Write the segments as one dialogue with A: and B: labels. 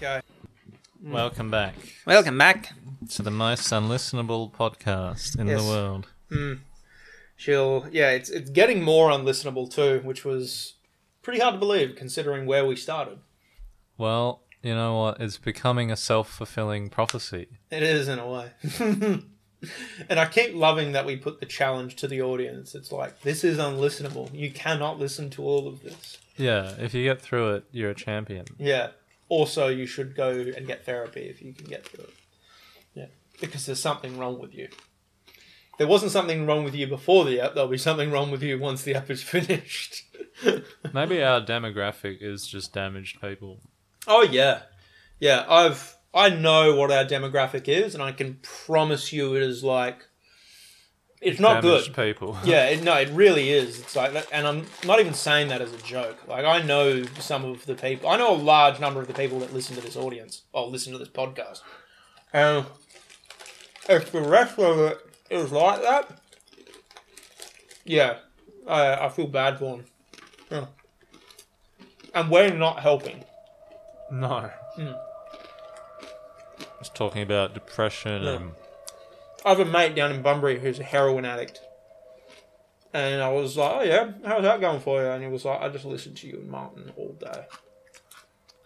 A: go.
B: Welcome back
A: Welcome back.
B: to the most unlistenable podcast in
A: Yes.
B: the world.
A: She'll yeah, it's it's getting more unlistenable too, which was pretty hard to believe considering where we started.
B: Well, you know what? It's becoming a self fulfilling prophecy.
A: It is in a way. and I keep loving that we put the challenge to the audience. It's like this is unlistenable. You cannot listen to all of this.
B: Yeah, if you get through it, you're a champion.
A: Yeah. Also, you should go and get therapy if you can get through it. Yeah. Because there's something wrong with you. If There wasn't something wrong with you before the app. There'll be something wrong with you once the app is finished.
B: Maybe our demographic is just damaged people.
A: Oh yeah, yeah. I've I know what our demographic is, and I can promise you it is like it's not
B: damaged
A: good.
B: people.
A: Yeah, it, no, it really is. It's like, that- and I'm not even saying that as a joke. Like I know some of the people. I know a large number of the people that listen to this audience or listen to this podcast. And if the rest of it is like that, yeah, I, I feel bad for them. Yeah. And we're not helping.
B: No.
A: Mm.
B: It's talking about depression
A: Yeah.
B: and
A: I have a mate down in Bunbury who's a heroin addict. And I was like, oh yeah, how's that going for you? And he was like, I just listened to you and Martin all day.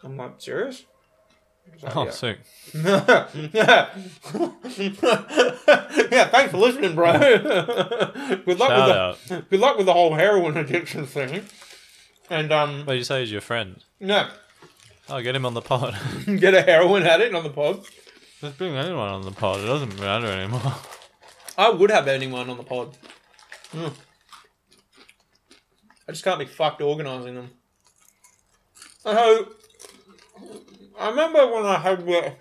A: I'm like, serious? He was like,
B: oh,
A: yeah.
B: sick.
A: yeah. yeah, thanks for listening, bro. good luck
B: Shout
A: with
B: out.
A: the good luck with the whole heroin addiction thing. And um
B: What do you say? He's your friend.
A: no,
B: Oh, get him on the pod.
A: get a heroin addict on the pod.
B: Just bring anyone on the pod. It doesn't matter anymore.
A: I would have anyone on the pod. Mm. I just can't be fucked organising them. So, I remember when I had uh, the.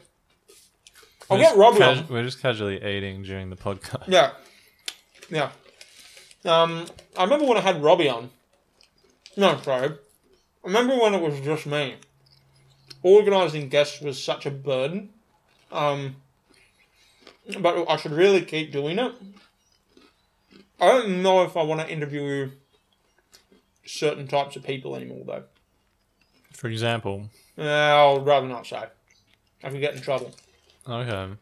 A: I'll
B: We're
A: get
B: just
A: Robbie
B: cas-
A: on.
B: We're just casually eating during the podcast.
A: Yeah. Yeah. Um, I remember when I had Robbie on. No, sorry. I remember when it was just me. Organising guests was such a burden. Um, but I should really keep doing it. I don't know if I want to interview certain types of people anymore, though.
B: For example,
A: Uh, I'd rather not say. I could get in trouble.
B: okay.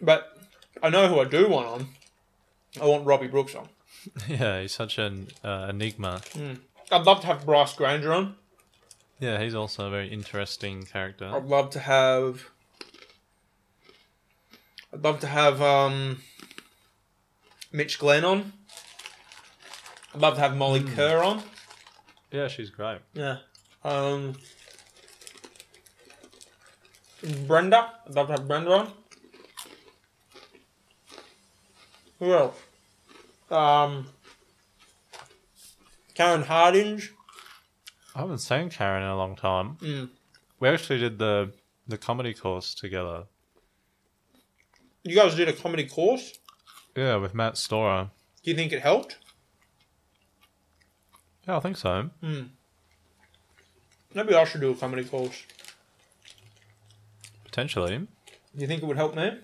A: But I know who I do want on. I want Robbie Brooks on.
B: Yeah, he's such an uh, enigma.
A: I'd love to have Bryce Granger on.
B: Yeah, he's also a very interesting character.
A: I'd love to have. I'd love to have um, Mitch Glenn on. I'd love to have Molly Kerr on.
B: Yeah, she's great.
A: Yeah. Um, Brenda. I'd love to have Brenda on. Who else? Um, Karen Hardinge.
B: I haven't seen Karen in a long time.
A: Mm.
B: We actually did the the comedy course together.
A: You guys did a comedy course.
B: Yeah, with Matt Storer.
A: Do you think it helped?
B: Yeah, I think so.
A: Maybe I should do a comedy course.
B: Potentially.
A: Do you think it would help me?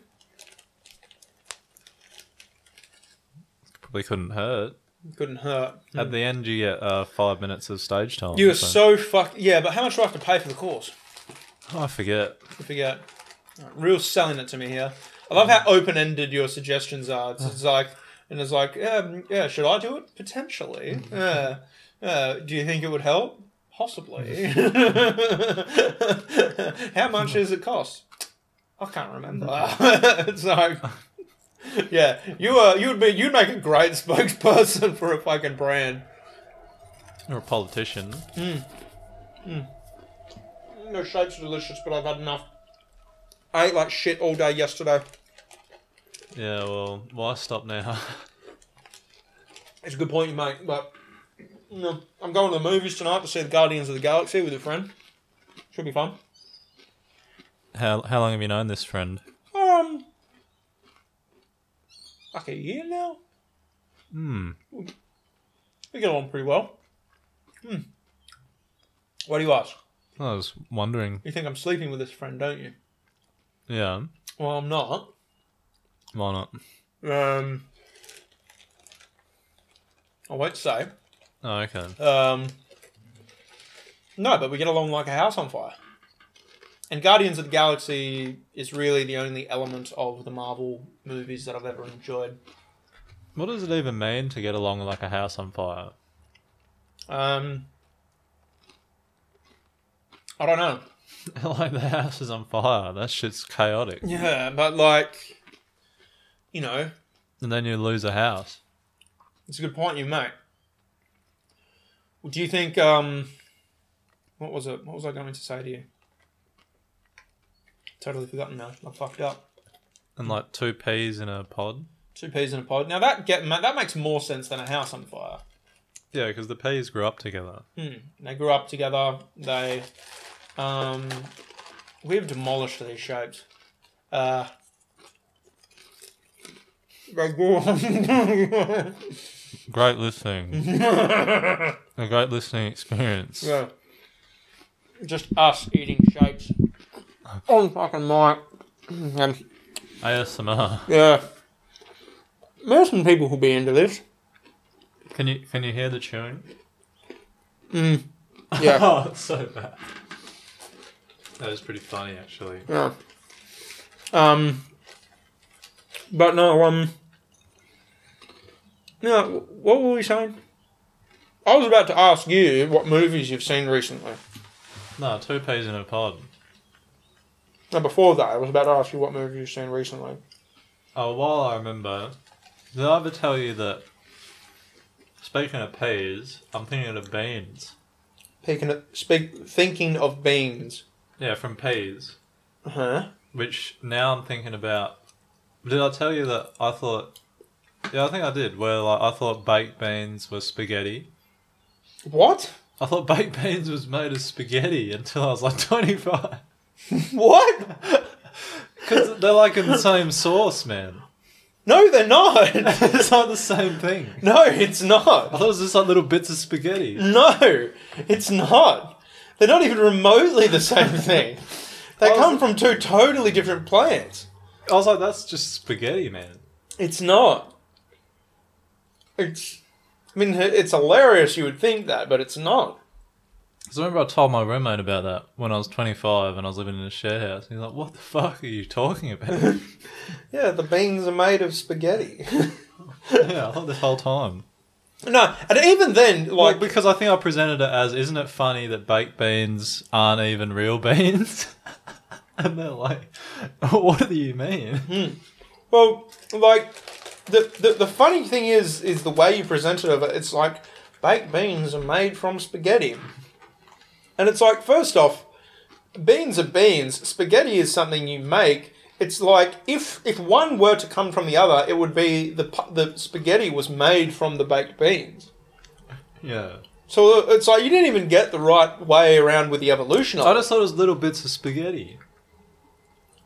B: Probably couldn't hurt.
A: Couldn't hurt.
B: At the end, you get uh, five minutes of stage time.
A: You were so fucked. Yeah, but how much do I have to pay for the course?
B: Oh, I forget.
A: I forget. Alright, Real selling it to me here. I love how open ended your suggestions are. It's, it's like, and it's like, um, yeah, should I do it? Potentially. Yeah. Uh, do you think it would help? Possibly. how much does it cost? I can't remember. it's like, yeah, you were, you'd be, you'd make a great spokesperson for a fucking brand.
B: You're a politician.
A: No shakes are delicious, but I've had enough. I ate like shit all day yesterday.
B: Yeah, well, why stop now?
A: It's a good point you make, but no, I'm going to the movies tonight to see the Guardians of the Galaxy with a friend. Should be fun.
B: how, how long have you known this friend?
A: Um, like a year now.
B: Hmm.
A: We get along pretty well. Hmm. What do you ask?
B: I was wondering.
A: You think I'm sleeping with this friend, don't you?
B: Yeah,
A: Well, I'm not.
B: why not?
A: Um, I won't say.
B: Oh, okay.
A: Um, No, but we get along like a house on fire. And Guardians of the Galaxy is really the only element of the Marvel movies that I've ever enjoyed.
B: What does it even mean to get along like a house on fire?
A: Um, I don't know.
B: like the house is on fire. That shit's chaotic.
A: Yeah, but like, you know,
B: And then you lose a house.
A: It's a good point you make. Do you think um what was it? What was I going to say to you? Totally forgotten now. I fucked up.
B: And like two peas in a pod.
A: Two peas in a pod. Now that get ma- that makes more sense than a house on fire.
B: Yeah, because the peas grew up together.
A: Hmm. They grew up together. They um we've demolished these shapes. Uh they grew up.
B: Great listening. a great listening experience.
A: Yeah. Just us eating shapes. On Oh, fucking mic. And,
B: ASMR.
A: yeah. There's some people who'll be into this.
B: Can you can you hear the chewing?
A: Mm. Yeah.
B: Oh, it's so bad. That was pretty funny actually.
A: yeah. Um. But no, um. No, what were we saying? I was about to ask you what movies you've seen recently.
B: No, two peas in a pod.
A: No, before that, I was about to ask you what movies you've seen recently.
B: Oh, while I remember, did I ever tell you that? Speaking of peas, I'm thinking of beans.
A: Picking at, speak, thinking of beans.
B: Yeah, from peas.
A: Huh?
B: Which now I'm thinking about. Did I tell you that I thought? Yeah, I think I did. Where like I thought baked beans were spaghetti.
A: What?
B: I thought baked beans was made of spaghetti until I was like 25.
A: What?
B: Because they're like in the same sauce, man.
A: No, they're not.
B: it's like the same thing.
A: No, it's
B: I
A: not.
B: thought it was just like little bits of spaghetti.
A: No, it's not. They're not even remotely the same thing. They
B: I was-
A: come from two totally different planets.
B: I was like, that's just spaghetti, man.
A: It's not. It's. I mean, it's hilarious. You would think that, but it's not.
B: Because I remember I told my roommate about that when I was 25 and I was living in a share house. And he's like, what the fuck are you talking about?
A: Yeah, the beans are made of spaghetti.
B: yeah, I thought this whole time.
A: no, and even then,
B: Well,
A: like,
B: because I think I presented it as, isn't it funny that baked beans aren't even real beans? and they're like, what do you mean?
A: Well, like the, the the funny thing is is the way you presented of it. It's like baked beans are made from spaghetti, and it's like first off, beans are beans. Spaghetti is something you make. It's like if if one were to come from the other, it would be the pu- the spaghetti was made from the baked beans.
B: Yeah.
A: So uh, it's like you didn't even get the right way around with the evolution
B: I
A: of it.
B: just thought it was little bits of spaghetti.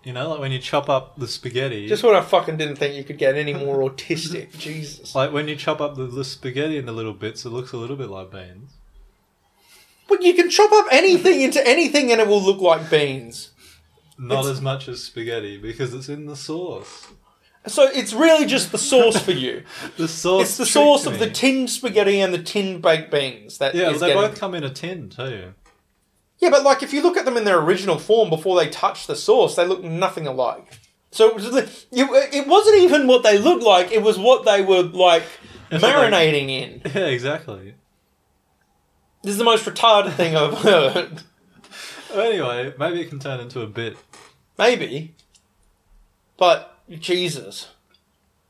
B: You know, like when you chop up the spaghetti.
A: Just what I fucking didn't think you could get any more autistic. Jesus.
B: like when you chop up the, the spaghetti into little bits, it looks a little bit like beans.
A: But you can chop up anything into anything and it will look like beans.
B: Not
A: It's-
B: as much as spaghetti because it's in the sauce.
A: So it's really just the sauce for you.
B: The sauce.
A: It's the
B: tricked
A: sauce of
B: me.
A: the tinned spaghetti and the tinned baked beans. That
B: Yeah,
A: is
B: they
A: getting-
B: both come in a tin too.
A: yeah, but like if you look at them in their original form before they touch the sauce, they look nothing alike. So it, was li- you- it wasn't even what they looked like; it was what they were like
B: It's what they-
A: marinating in.
B: Yeah, exactly.
A: This is the most retarded thing I've heard.
B: Anyway, maybe it can turn into a bit
A: Maybe, but Jesus,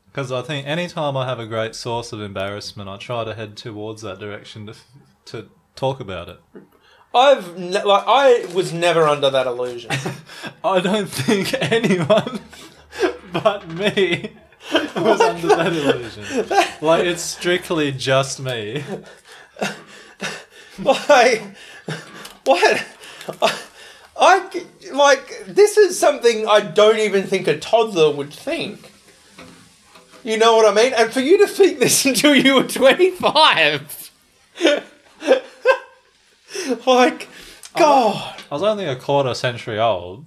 B: because I think any time I have a great source of embarrassment, I try to head towards that direction to to talk about it.
A: I've ne- like I was never under that illusion.
B: I don't think anyone but me was under that illusion. Like it's strictly just me.
A: like what I, I like this is something i don't even think a toddler would think you know what i mean and for you to think this until you were 25 like god
B: I was only a quarter century old.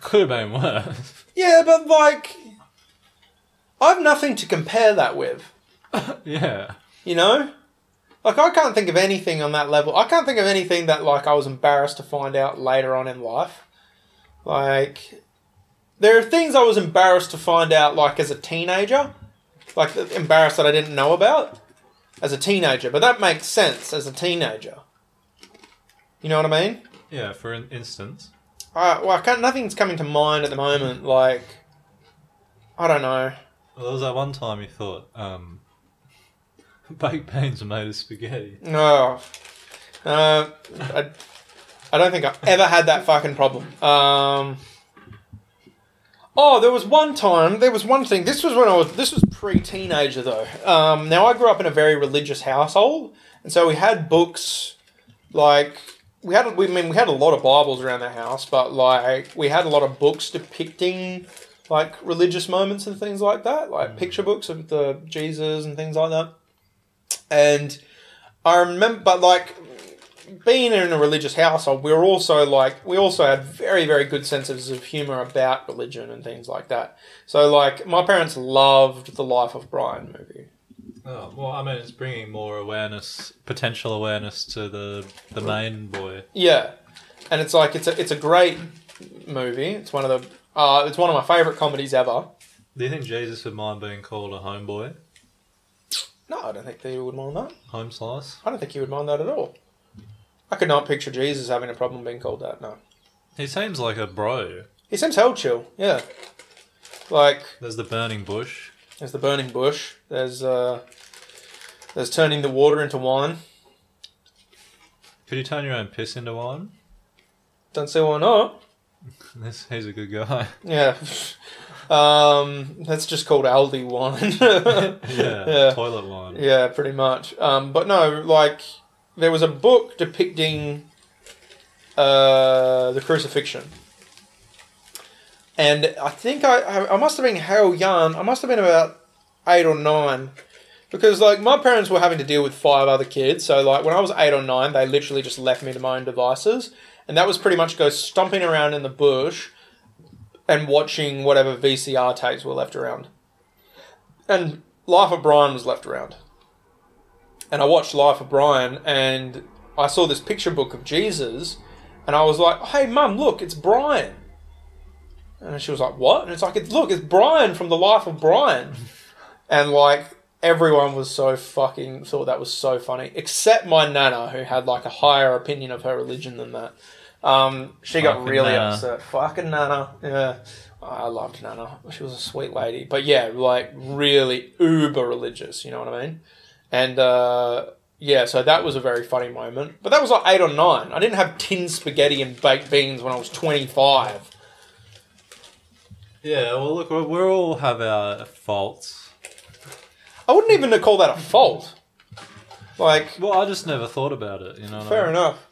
B: Could have been worse.
A: yeah but like i've nothing to compare that with
B: Yeah.
A: you know Like I can't think of anything on that level. I can't think of anything that like I was embarrassed to find out later on in life. Like there are things I was embarrassed to find out like as a teenager. Like embarrassed that I didn't know about as a teenager, but that makes sense as a teenager. You know what I mean?
B: Yeah, for an instance.
A: Uh, well, I can't, nothing's coming to mind at the moment. Like, I don't know.
B: Well, there was that one time you thought um, baked beans are made of spaghetti.
A: No, Oh. uh, I, I don't think I ever had that fucking problem. Um, oh, there was one time. There was one thing. This was when I was. This was pre-teenager though. Um, now I grew up in a very religious household, and so we had books like we had we I mean we had a lot of Bibles around the house, but like we had a lot of books depicting like religious moments and things like that, like picture books of the Jesus and things like that. And I remember, but like being in a religious household, we were also like we also had very very good senses of humor about religion and things like that. So like my parents loved the Life of Brian movie.
B: Oh, well, I mean, it's bringing more awareness, potential awareness to the the main boy.
A: Yeah, and it's like it's a it's a great movie. It's one of the uh, it's one of my favorite comedies ever.
B: Do you think Jesus would mind being called a homeboy,
A: No, I don't think they would mind that.
B: home slice?
A: I don't think he would mind that at all. I could not picture Jesus having a problem being called that. No,
B: He seems like a bro.
A: he seems hell chill. Yeah, like
B: There's the burning bush.
A: there's the burning bush. There's uh, there's turning the water into wine.
B: Could you turn your own piss into wine?
A: Don't see why not.
B: This, he's a good guy.
A: Yeah, um, that's just called Aldi wine.
B: yeah,
A: Yeah.
B: toilet wine.
A: Yeah, pretty much. Um, but no, like there was a book depicting uh, the crucifixion, and I think I, I I must have been hell young. I must have been about eight or nine, because like my parents were having to deal with five other kids. So like when I was eight or nine, they literally just left me to my own devices, and that was pretty much go stomping around in the bush and watching whatever VCR tapes were left around. And Life of Brian was left around. And I watched Life of Brian and I saw this picture book of Jesus and I was like, hey, mum, look, it's Brian. And she was like, what? And it's like, it's, look, it's Brian from The Life of Brian. and like, everyone was so fucking, thought that was so funny, except my nana, who had like a higher opinion of her religion than that. Um, she got
B: Fucking
A: really
B: Nana.
A: upset. Fucking nana. Yeah. I loved Nana. She was a sweet lady. But yeah, like really uber religious, you know what I mean? And uh, yeah, so that was a very funny moment. But that was like eight or nine. I didn't have tin spaghetti and baked beans when I was 25.
B: Yeah, well, look, we we all have our faults.
A: I wouldn't even call that a fault. Like,
B: Well, I just never thought about it, you know. what I
A: fair
B: mean?
A: enough.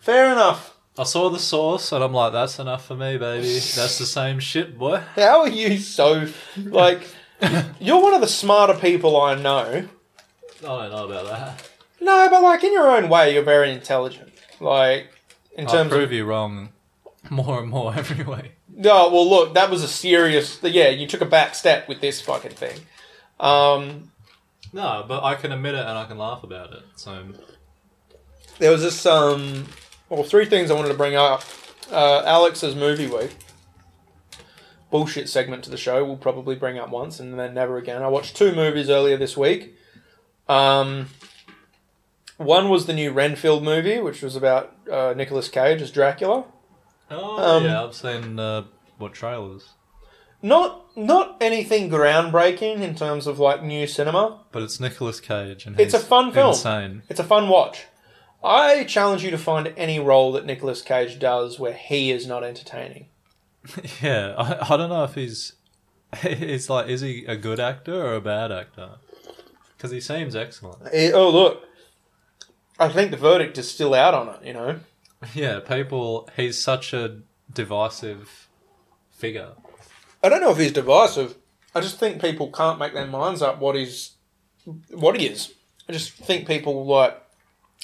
A: Fair enough.
B: I saw the source and I'm like, that's enough for me, baby. That's the same shit, boy.
A: How are you so. Like, you're one of the smarter people I know.
B: I don't know about that.
A: No, but like, in your own way, you're very intelligent. Like, in
B: I
A: terms of.
B: prove you wrong more and more every week.
A: No, Oh, well, look, that was a serious. Yeah, you took a back step with this fucking thing. Um,
B: No, but I can admit it and I can laugh about it. So
A: there was this. Um, well, three things I wanted to bring up. Uh, Alex's movie week bullshit segment to the show. We'll probably bring up once and then never again. I watched two movies earlier this week. Um, one was the new Renfield movie, which was about uh, Nicolas Cage as Dracula.
B: Oh
A: Um,
B: yeah, I've seen uh, what trailers,
A: Not not anything groundbreaking in terms of like new cinema.
B: but it's Nicolas Cage and
A: It's
B: he's
A: a fun film.
B: Insane.
A: It's a fun watch. I challenge you to find any role that Nicolas Cage does where he is not entertaining.
B: Yeah, I, I don't know if he's. It's like, is he a good actor or a bad actor? Because he seems excellent.
A: Eh, oh, look. I think the verdict is still out on it, you know?
B: Yeah, people. He's such a divisive figure.
A: I don't know if he's divisive. I just think people can't make their minds up what he's. what he is. I just think people, like.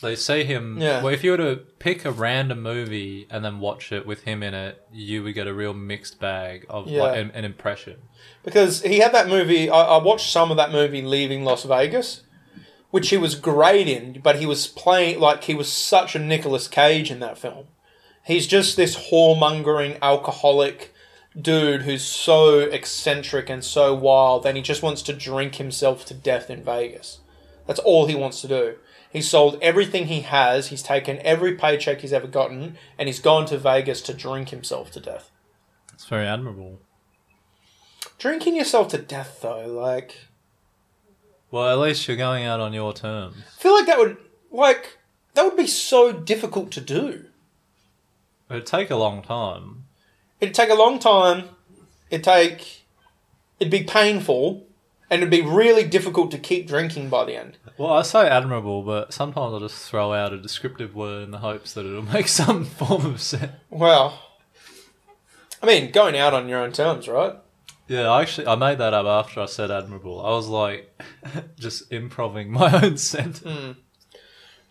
B: They see him.
A: Yeah.
B: Well, if you were to pick a random movie and then watch it with him in it, you would get a real mixed bag of
A: Yeah.
B: like, an, an impression.
A: Because he had that movie. I, I watched some of that movie, Leaving Las Vegas, which he was great in, but he was playing like he was such a Nicolas Cage in that film. He's just this whoremongering alcoholic dude who's so eccentric and so wild, and he just wants to drink himself to death in Vegas. That's all he wants to do. He's sold everything he has. He's taken every paycheck he's ever gotten, and he's gone to Vegas to drink himself to death.
B: It's very admirable.
A: Drinking yourself to death, though, like
B: Well, at least you're going out on your terms.
A: I feel like that would like that would be so difficult to do.
B: It'd take a long time.
A: It'd take a long time. It'd take. It'd be painful, and it'd be really difficult to keep drinking by the end.
B: Well, I say admirable, but sometimes I just throw out a descriptive word in the hopes that it'll make some form of sense.
A: Well, I mean, going out on your own terms, right?
B: Yeah, I actually I made that up after I said admirable. I was like just improving my own sentence.
A: Mm.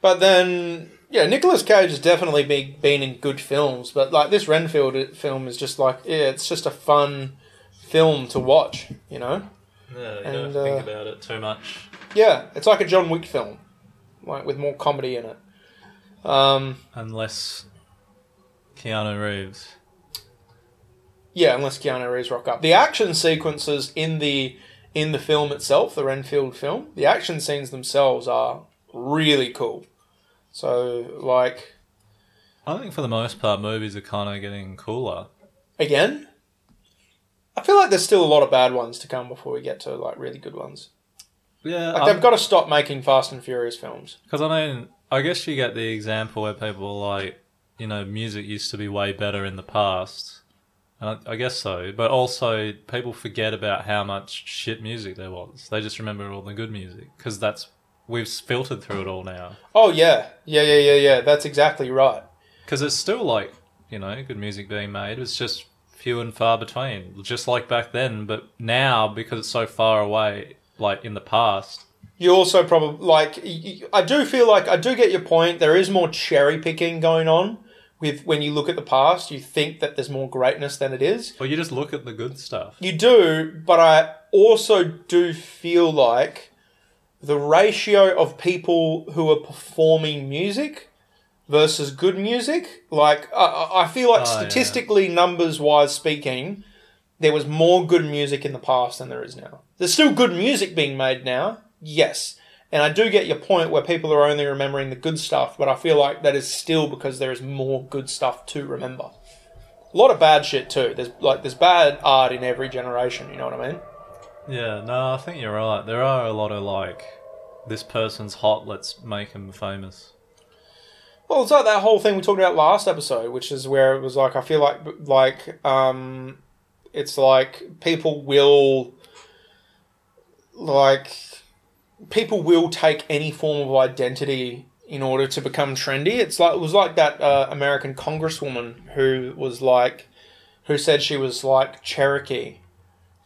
A: But then, yeah, Nicolas Cage has definitely been been in good films, but like this Renfield i- film is just like, yeah, it's just a fun film to watch, you know?
B: Yeah, you
A: And,
B: don't think
A: uh,
B: about it too much.
A: Yeah, it's like a John Wick film, like with more comedy in it. Um,
B: Unless Keanu Reeves.
A: Yeah, unless Keanu Reeves rock up. The action sequences in the in the film itself, the Renfield film, the action scenes themselves are really cool. So like
B: I think for the most part movies are kinda getting cooler.
A: again, I feel like there's still a lot of bad ones to come before we get to like really good ones.
B: Yeah,
A: Like
B: I'm-
A: they've got to stop making Fast and Furious films.
B: Because I mean, I guess you get the example where people are like, you know, music used to be way better in the past, and I, I guess so. But also, people forget about how much shit music there was. They just remember all the good music because that's we've filtered through it all now.
A: Oh yeah, yeah, yeah, yeah, yeah. That's exactly right.
B: Because there's still like, you know, good music being made. It's just few and far between, just like back then. But now, because it's so far away, like in the past,
A: you also probably like y- y- I do feel like I do get your point. There is more cherry picking going on with when you look at the past. You think that there's more greatness than it is.
B: or you just look at the good stuff.
A: You do, but I also do feel like the ratio of people who are performing music versus good music, like I- I, I feel like
B: Oh, yeah.
A: statistically, numbers wise speaking, there was more good music in the past than there is now. There's still good music being made now, yes. And I do get your point where people are only remembering the good stuff, but I feel like that is still because there is more good stuff to remember. A lot of bad shit too. There's like there's bad art in every generation. You know what I mean?
B: Yeah, no, I think you're right. There are a lot of like, this person's hot, let's make him famous.
A: Well, it's like that whole thing we talked about last episode, which is where it was like I feel like like um, it's like people will like people will take any form of identity in order to become trendy. It's like it was like that uh, American congresswoman who was like who said she was like Cherokee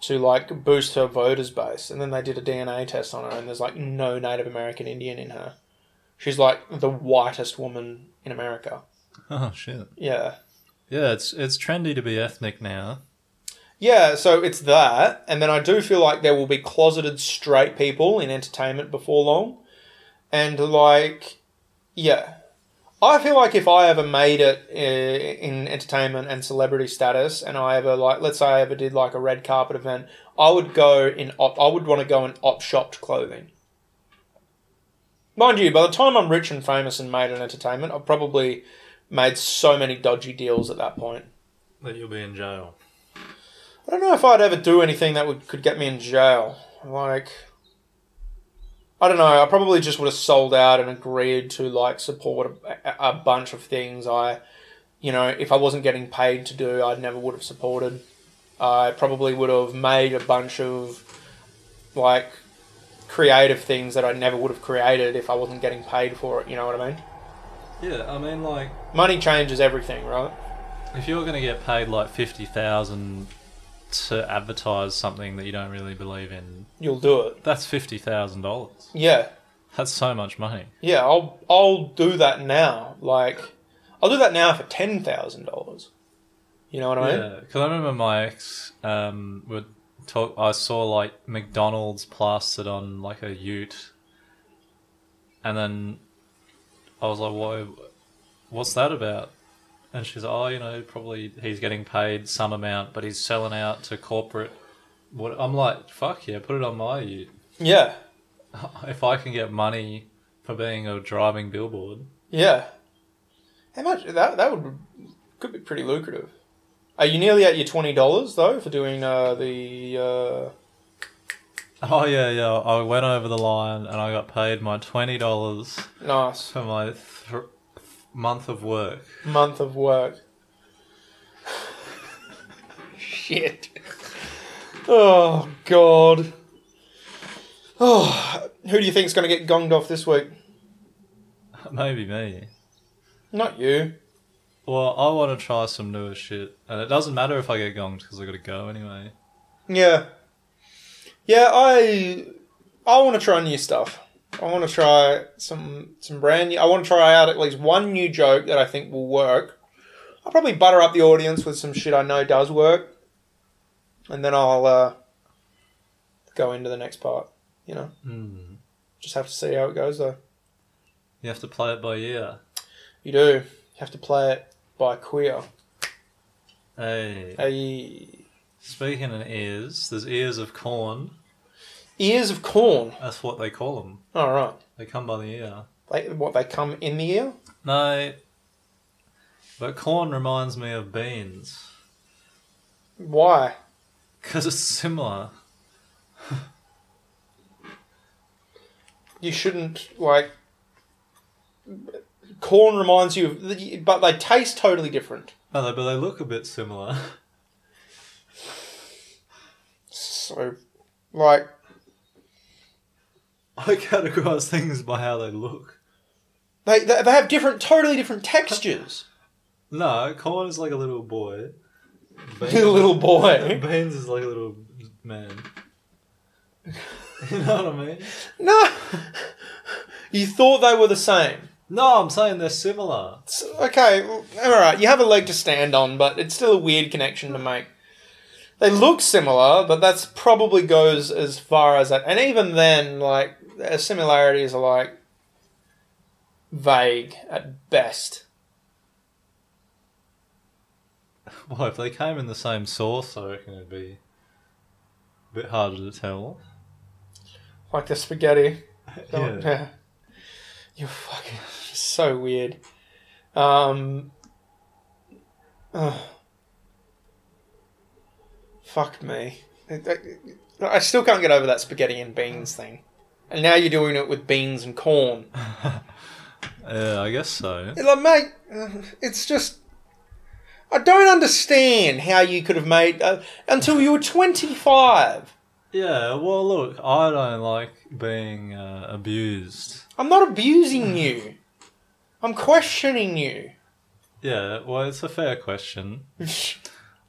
A: to like boost her voters base, and then they did a DNA test on her, and there's like no Native American Indian in her. She's like the whitest woman in America.
B: Oh shit.
A: Yeah.
B: Yeah, it's it's trendy to be ethnic now.
A: Yeah, so it's that. And then I do feel like there will be closeted straight people in entertainment before long. And like, yeah. I feel like if I ever made it uh, in entertainment and celebrity status, and I ever like, let's say I ever did like a red carpet event, I would go in op. I would want to go in op shopped clothing. Mind you, by the time I'm rich and famous and made in entertainment, I've probably made so many dodgy deals at that point.
B: That you'll be in jail.
A: I don't know if I'd ever do anything that would could get me in jail. Like, I don't know. I probably just would have sold out and agreed to like support a, a bunch of things. I, you know, if I wasn't getting paid to do, I never would have supported. I probably would have made a bunch of like creative things that I never would have created if I wasn't getting paid for it. You know what I mean?
B: Yeah, I mean like
A: Money changes everything, right?
B: if you're gonna get paid like fifty thousand to advertise something that you don't really believe in,
A: You'll do it.
B: that's fifty thousand dollars.
A: Yeah.
B: That's so much money.
A: Yeah, I'll I'll do that now. Like, I'll do that now for ten thousand dollars. You know what I mean?
B: Yeah, because I remember my ex um, would talk. I saw like McDonald's plastered on like a Ute, And then I was like, "Why? What's that about?" And she's like, "Oh, you know, probably he's getting paid some amount, but he's selling out to corporate." What I'm like, "Fuck yeah, put it on my ute.
A: Yeah.
B: If I can get money for being a driving billboard,
A: Yeah. How much that that would could be pretty lucrative. Are you nearly at your twenty dollars though for doing uh, the? Uh...
B: Oh yeah, yeah. I went over the line and I got paid my twenty dollars
A: Nice
B: for my th- month of work.
A: month of work. Shit. Oh god. Oh, who do you think's going to get gonged off this week?
B: Maybe me.
A: Not you.
B: Well, I want to try some newer shit, and it doesn't matter if I get gonged because I got to go anyway.
A: Yeah. Yeah, I I want to try new stuff. I want to try some some brand new. I want to try out at least one new joke that I think will work. I'll probably butter up the audience with some shit I know does work, and then I'll uh, go into the next part. You know,
B: Mm.
A: just have to see how it goes though.
B: You have to play it by ear.
A: You do. You have to play it by queer.
B: Hey,
A: Hey.
B: speaking of ears, there's ears of corn.
A: Ears of corn.
B: That's what they call them.
A: All right.
B: They come by the ear.
A: They, what they come in the ear?
B: No, but corn reminds me of beans
A: Why?
B: because it's similar.
A: you shouldn't like corn reminds you of but they taste totally different
B: No, they- but they look a bit similar.
A: so like
B: I categorize things by how they look.
A: they, they they have different totally different textures
B: No, corn is like a little boy.
A: little boy
B: Beans is like a little man. You know what I mean?
A: no you thought they were the same
B: No, I'm saying they're similar.
A: So, okay well, all right you have a leg to stand on but it's still a weird connection to make they look similar but that's probably goes as far as that and even then like their similarities are like vague at best
B: Well, if they came in the same sauce, I reckon it'd be a bit harder to tell.
A: like the spaghetti. Don't-
B: Yeah.
A: You're fucking so weird. Um, ugh. fuck me. I, I- I still can't get over that spaghetti and beans thing. And now you're doing it with beans and corn.
B: Yeah, I guess so.
A: It's Like, mate, uh, it's just. I don't understand how you could have made. Uh, until you were 25.
B: Yeah, well, look, I don't like being uh, abused.
A: I'm not abusing you, I'm questioning you.
B: Yeah, well, it's a fair question.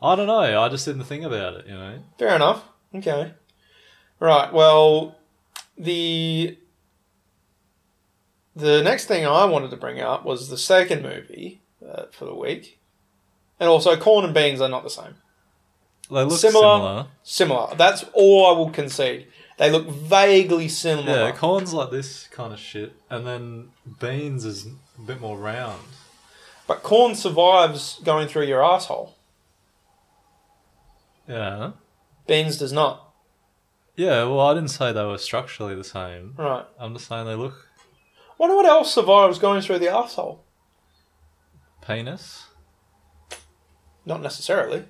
B: I don't know. I just didn't think about it, you know?
A: Fair enough. Okay. Right. Well, the the next thing I wanted to bring up was the second movie uh, for the week, and also corn and beans are not the same.
B: They look
A: Similar.
B: similar.
A: Similar. That's all I will concede. They look vaguely similar.
B: Yeah, corn's like this kind of shit, and then beans is a bit more round.
A: but corn survives going through your asshole.
B: Yeah.
A: Beans does not.
B: Yeah, well, I didn't say they were structurally the same.
A: Right.
B: I'm just saying they look
A: Wonder what else survives going through the asshole.
B: penis.
A: Not necessarily.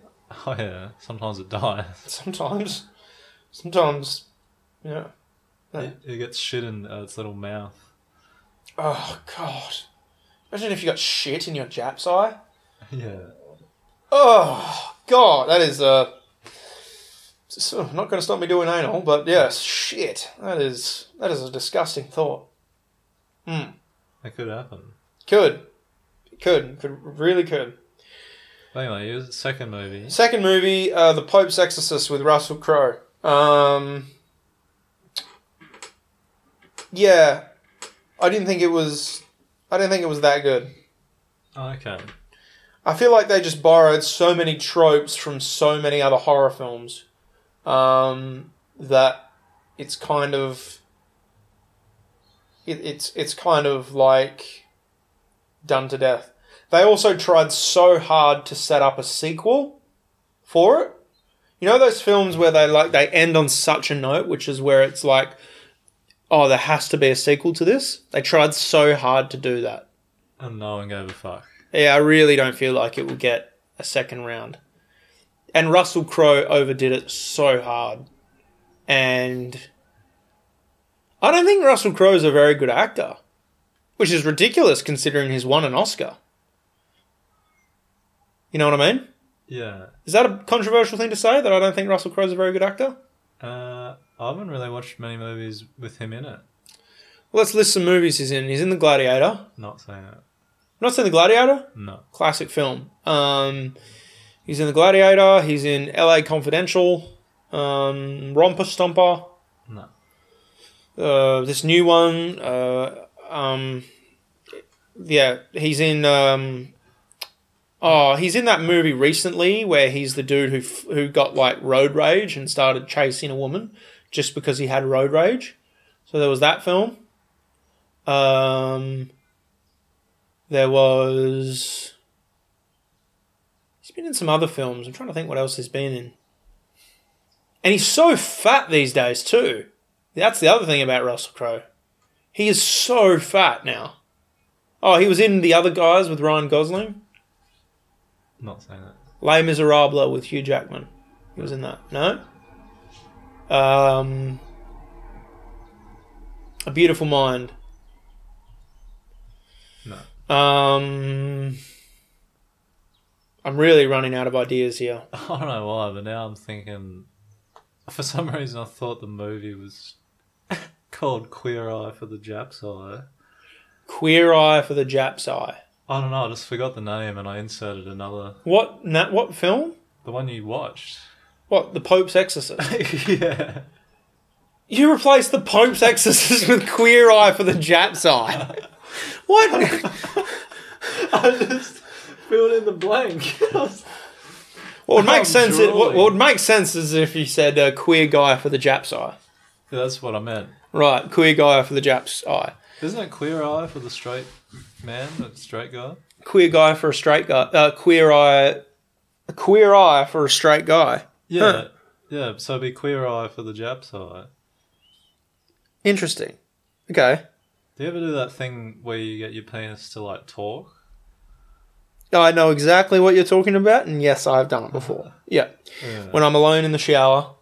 B: Oh, yeah, sometimes it dies.
A: Sometimes. Sometimes. Yeah.
B: It, it gets shit in uh, its little mouth.
A: Oh god! Imagine if you got shit in your Japs eye.
B: Yeah.
A: Oh god, that is uh, so not going to stop me doing anal, but yes, shit. That is that is a disgusting thought. Hmm.
B: That could happen.
A: Could, could, could really could.
B: Anyway, it was the second movie.
A: Second movie, uh, The Pope's Exorcist with Russell Crowe. Um, yeah, I didn't think it was. I didn't think it was that good.
B: Oh, okay.
A: I feel like they just borrowed so many tropes from so many other horror films um, that it's kind of it, it's it's kind of like done to death. They also tried so hard to set up a sequel for it. You know those films where they like they end on such a note, which is where it's like, oh, there has to be a sequel to this. They tried so hard to do that.
B: And no one gave a fuck.
A: Yeah, I really don't feel like it will get a second round. And Russell Crowe overdid it so hard. And I don't think Russell Crowe is a very good actor, which is ridiculous considering he's won an Oscar. You know what I mean?
B: Yeah.
A: Is that a controversial thing to say that I don't think Russell Crowe's a very good actor?
B: Uh, I haven't really watched many movies with him in it.
A: Let's list some movies he's in. He's in The Gladiator.
B: Not saying it.
A: Not seen The Gladiator?
B: No.
A: Classic film. Um, he's in The Gladiator. He's in LA Confidential. Um, Romper Stomper.
B: No.
A: Uh, this new one. Uh, um, yeah, he's in. Um, oh, he's in that movie recently where he's the dude who f- who got like road rage and started chasing a woman just because he had road rage. So there was that film. Um, there was. He's been in some other films. I'm trying to think what else he's been in. And he's so fat these days too. That's the other thing about Russell Crowe. He is so fat now. Oh, he was in The Other Guys with Ryan Gosling.
B: Not saying it.
A: Les Miserables with Hugh Jackman. He was in that. No? Um, A Beautiful Mind.
B: No.
A: Um, I'm really running out of ideas here.
B: I don't know why, but now I'm thinking. For some reason, I thought the movie was called Queer Eye for the Japs Eye.
A: Queer Eye for the Jap's Eye.
B: I don't know. I just forgot the name, and I inserted another.
A: What, na- what film?
B: The one you watched.
A: What, The Pope's Exorcist?
B: yeah.
A: You replaced the Pope's exorcist with queer eye for the Japs eye. What?
B: I just filled in the blank.
A: What would make
B: I'm
A: sense? It, what,
B: drooling.
A: what would make sense is if you said uh, queer guy for the Japs eye.
B: That's what I meant.
A: Right, queer guy for the Japs eye.
B: Isn't it Queer Eye for the straight man, the straight guy?
A: Queer guy for a straight guy. Uh, queer eye. Queer eye for a straight guy.
B: Yeah.
A: Huh.
B: Yeah, so it'd be Queer Eye for the Japs Eye.
A: Interesting. Okay.
B: Do you ever do that thing where you get your penis to like talk?
A: I know exactly what you're talking about, and yes, I've done it before. Yeah.
B: Yeah.
A: when I'm alone in the shower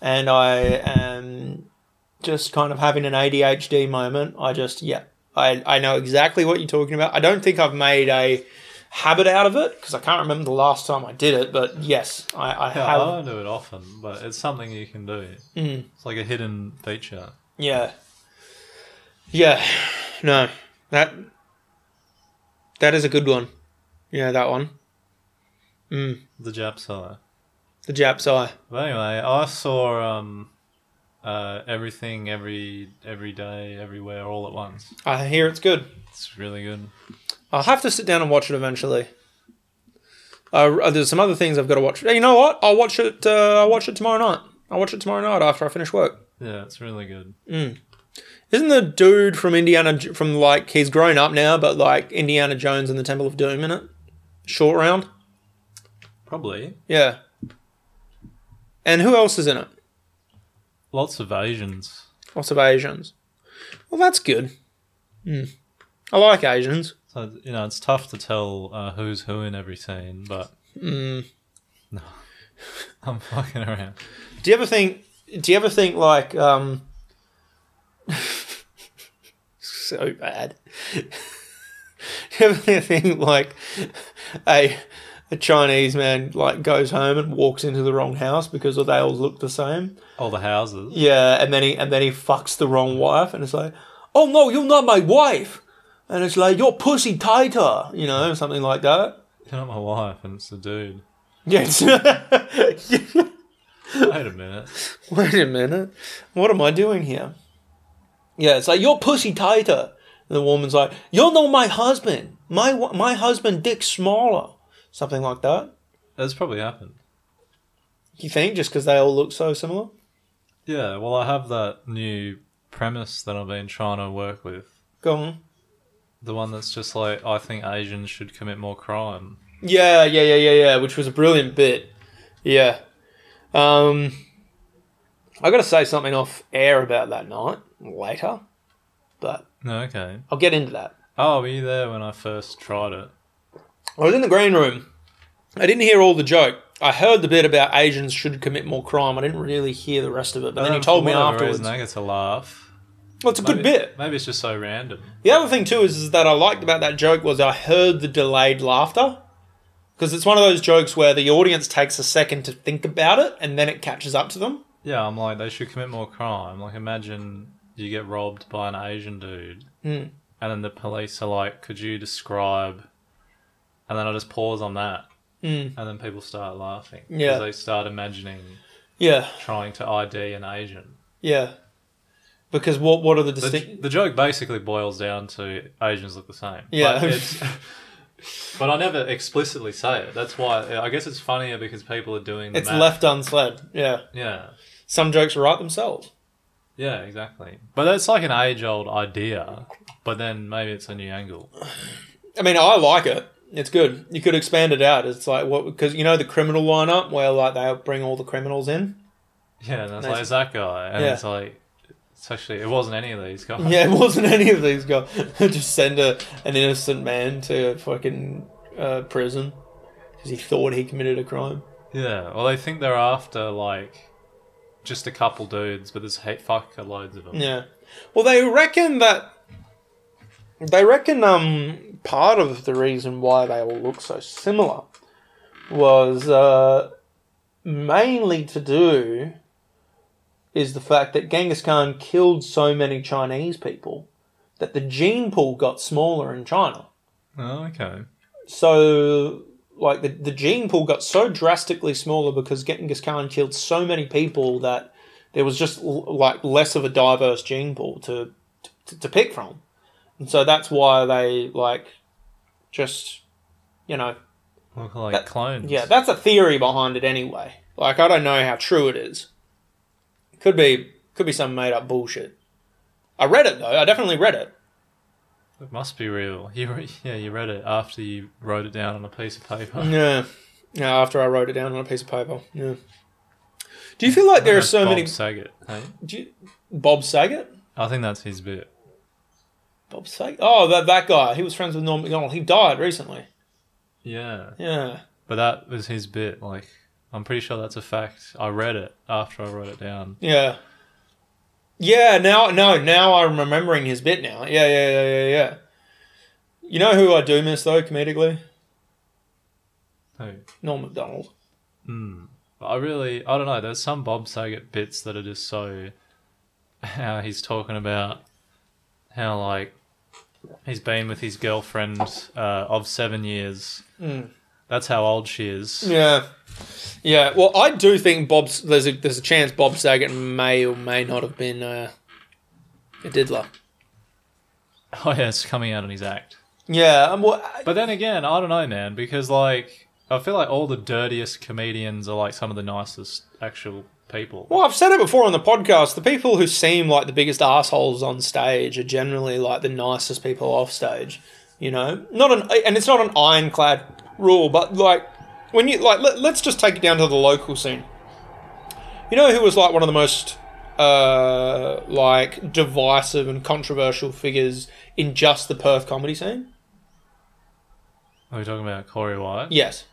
A: and I am just kind of having an ADHD moment, I just, yeah, I, I know exactly what you're talking about. I don't think I've made a habit out of it because I can't remember the last time I did it, but yes, I, I
B: Yeah, I
A: have.
B: don't do it often, but it's something you can do.
A: Mm.
B: It's like a hidden feature.
A: Yeah. Yeah. No. That that is a good one. Yeah, that one. Mm.
B: The Japs Eye.
A: The Japs eye.
B: But anyway, I saw um, uh, everything, every, every day, everywhere, all at once.
A: I hear it's good.
B: It's really good.
A: I'll have to sit down and watch it eventually. Uh, there's some other things I've got to watch. Hey, You know what? I'll watch it. Uh, I'll watch it tomorrow night. I'll watch it tomorrow night after I finish work.
B: Yeah, it's really good.
A: Isn't the dude from Indiana J- from like he's grown up now, but like Indiana Jones and the Temple of Doom in it? Short round,
B: Probably.
A: yeah. And who else is in it?
B: Lots of Asians.
A: Lots of Asians. Well, that's good. Hmm. I like Asians.
B: So, you know, it's tough to tell uh, who's who in every scene, but
A: Mm.
B: I'm fucking around.
A: Do you ever think? Do you ever think like? um So bad. do you ever think like a a Chinese man like goes home and walks into the wrong house because they all look the same?
B: All the houses.
A: Yeah, and then he and then he fucks the wrong wife, and it's like, oh no, you're not my wife. And it's like your pussy tighter, you know, something like that.
B: You're not my wife, and it's a dude.
A: Yes.
B: Wait a minute.
A: Wait a minute. What am I doing here? Yeah, it's like, you're pussy tighter. And the woman's like, you're not my husband. My wa- my husband dick's smaller. Something like that.
B: That's probably happened.
A: You think, just because they all look so similar?
B: Yeah, well, I have that new premise that I've been trying to work with.
A: Go on.
B: The one that's just like, I think Asians should commit more crime.
A: Yeah, yeah, yeah, yeah, yeah. Which was a brilliant bit. Yeah. Um, I got to say something off air about that night later, but
B: No, okay.
A: I'll get into that.
B: Oh, were you there when I first tried it?
A: I was in the green room. I didn't hear all the joke. I heard the bit about Asians should commit more crime. I didn't really hear the rest of it, but then you
B: For
A: told me
B: whatever
A: afterwards.
B: Reason, I get to laugh.
A: well, it's a Uh, good bit.
B: eh? Maybe it's just so random.
A: The other thing too is, is that I liked about that joke was I heard the delayed laughter because it's one of those jokes where the audience takes a second to think about it and then it catches up to them.
B: Yeah, I'm like, they should commit more crime. Like, imagine you get robbed by an Asian dude,
A: Hmm.
B: and then the police are like, could you describe? And then I just pause on that,
A: Mm.
B: and then people start laughing. 'Cause
A: Yeah.
B: they start imagining
A: Yeah,
B: trying to ID an Asian.
A: yeah. Because what what are the
B: The,
A: distinct?
B: the joke basically boils down to Asians look the same.
A: Yeah.
B: But, it's- but I never explicitly say it. That's why I guess it's funnier because people are doing the
A: It's
B: math.
A: left unsaid. Yeah,
B: Yeah.
A: some jokes write themselves.
B: Yeah, exactly. But that's like an age old idea, but then maybe it's a new angle.
A: I mean, I like it. It's good. You could expand it out. It's like what because you know the criminal lineup where like they bring all the criminals in.
B: Yeah, and it's
A: Nice.
B: like, it's that guy. And
A: Yeah.
B: it's like, it's actually, it wasn't any of these guys.
A: Yeah, it wasn't any of these guys. Just send a, an innocent man to fucking uh, prison because he thought he committed a crime.
B: Yeah, Well, they think they're after, like, just a couple dudes, but there's hate fuck loads of them.
A: Yeah. Well, they reckon that. They reckon um part of the reason why they all look so similar was uh, mainly to do is the fact that Genghis Khan killed so many Chinese people that the gene pool got smaller in China.
B: Oh, okay.
A: so like the, the gene pool got so drastically smaller because Genghis Khan killed so many people that there was just l- like less of a diverse gene pool to, to to pick from, and so that's why they like just you know
B: Look like
A: That-
B: clones.
A: yeah that's a theory behind it anyway. Like I don't know how true it is. Could be could be some made up bullshit. I read it though. I definitely read it.
B: It must be real. You re- yeah, you read it after you wrote it down on a piece of paper.
A: Yeah. Yeah, after I wrote it down on a piece of paper. Yeah. Do you feel like there are so
B: Bob
A: many
B: Saget. Hey?
A: do you, Bob Saget?
B: I think that's his bit.
A: Bob Saget? Oh, that that guy. He was friends with Norm MacDonald. He died recently.
B: Yeah.
A: Yeah.
B: But that was his bit. Like, I'm pretty sure that's a fact. I read it after I wrote it down.
A: Yeah. Yeah, now no, now I'm remembering his bit now. Yeah, yeah, yeah, yeah, yeah. You know who I do miss though, comedically?
B: Hey.
A: Norm MacDonald.
B: Mm. But I really, I don't know. There's some Bob Saget bits that are just so. How he's talking about how like he's been with his girlfriend uh, of seven years.
A: Mm.
B: That's how old she is.
A: Yeah. Yeah. Well, I do think Bob's there's a there's a chance Bob Saget may or may not have been uh, a diddler.
B: Oh yeah, it's coming out on his act.
A: Yeah, um, well, I-
B: But then again, I don't know, man, because like I feel like all the dirtiest comedians are like some of the nicest actual people.
A: well, I've said it before on the podcast. The people who seem like the biggest assholes on stage are generally like the nicest people off stage. You know, not an and it's not an ironclad rule, but like when you like, let, let's just take it down to the local scene. You know who was like one of the most uh, like divisive and controversial figures in just the Perth comedy scene?
B: Are we talking about Corey White?
A: Yes.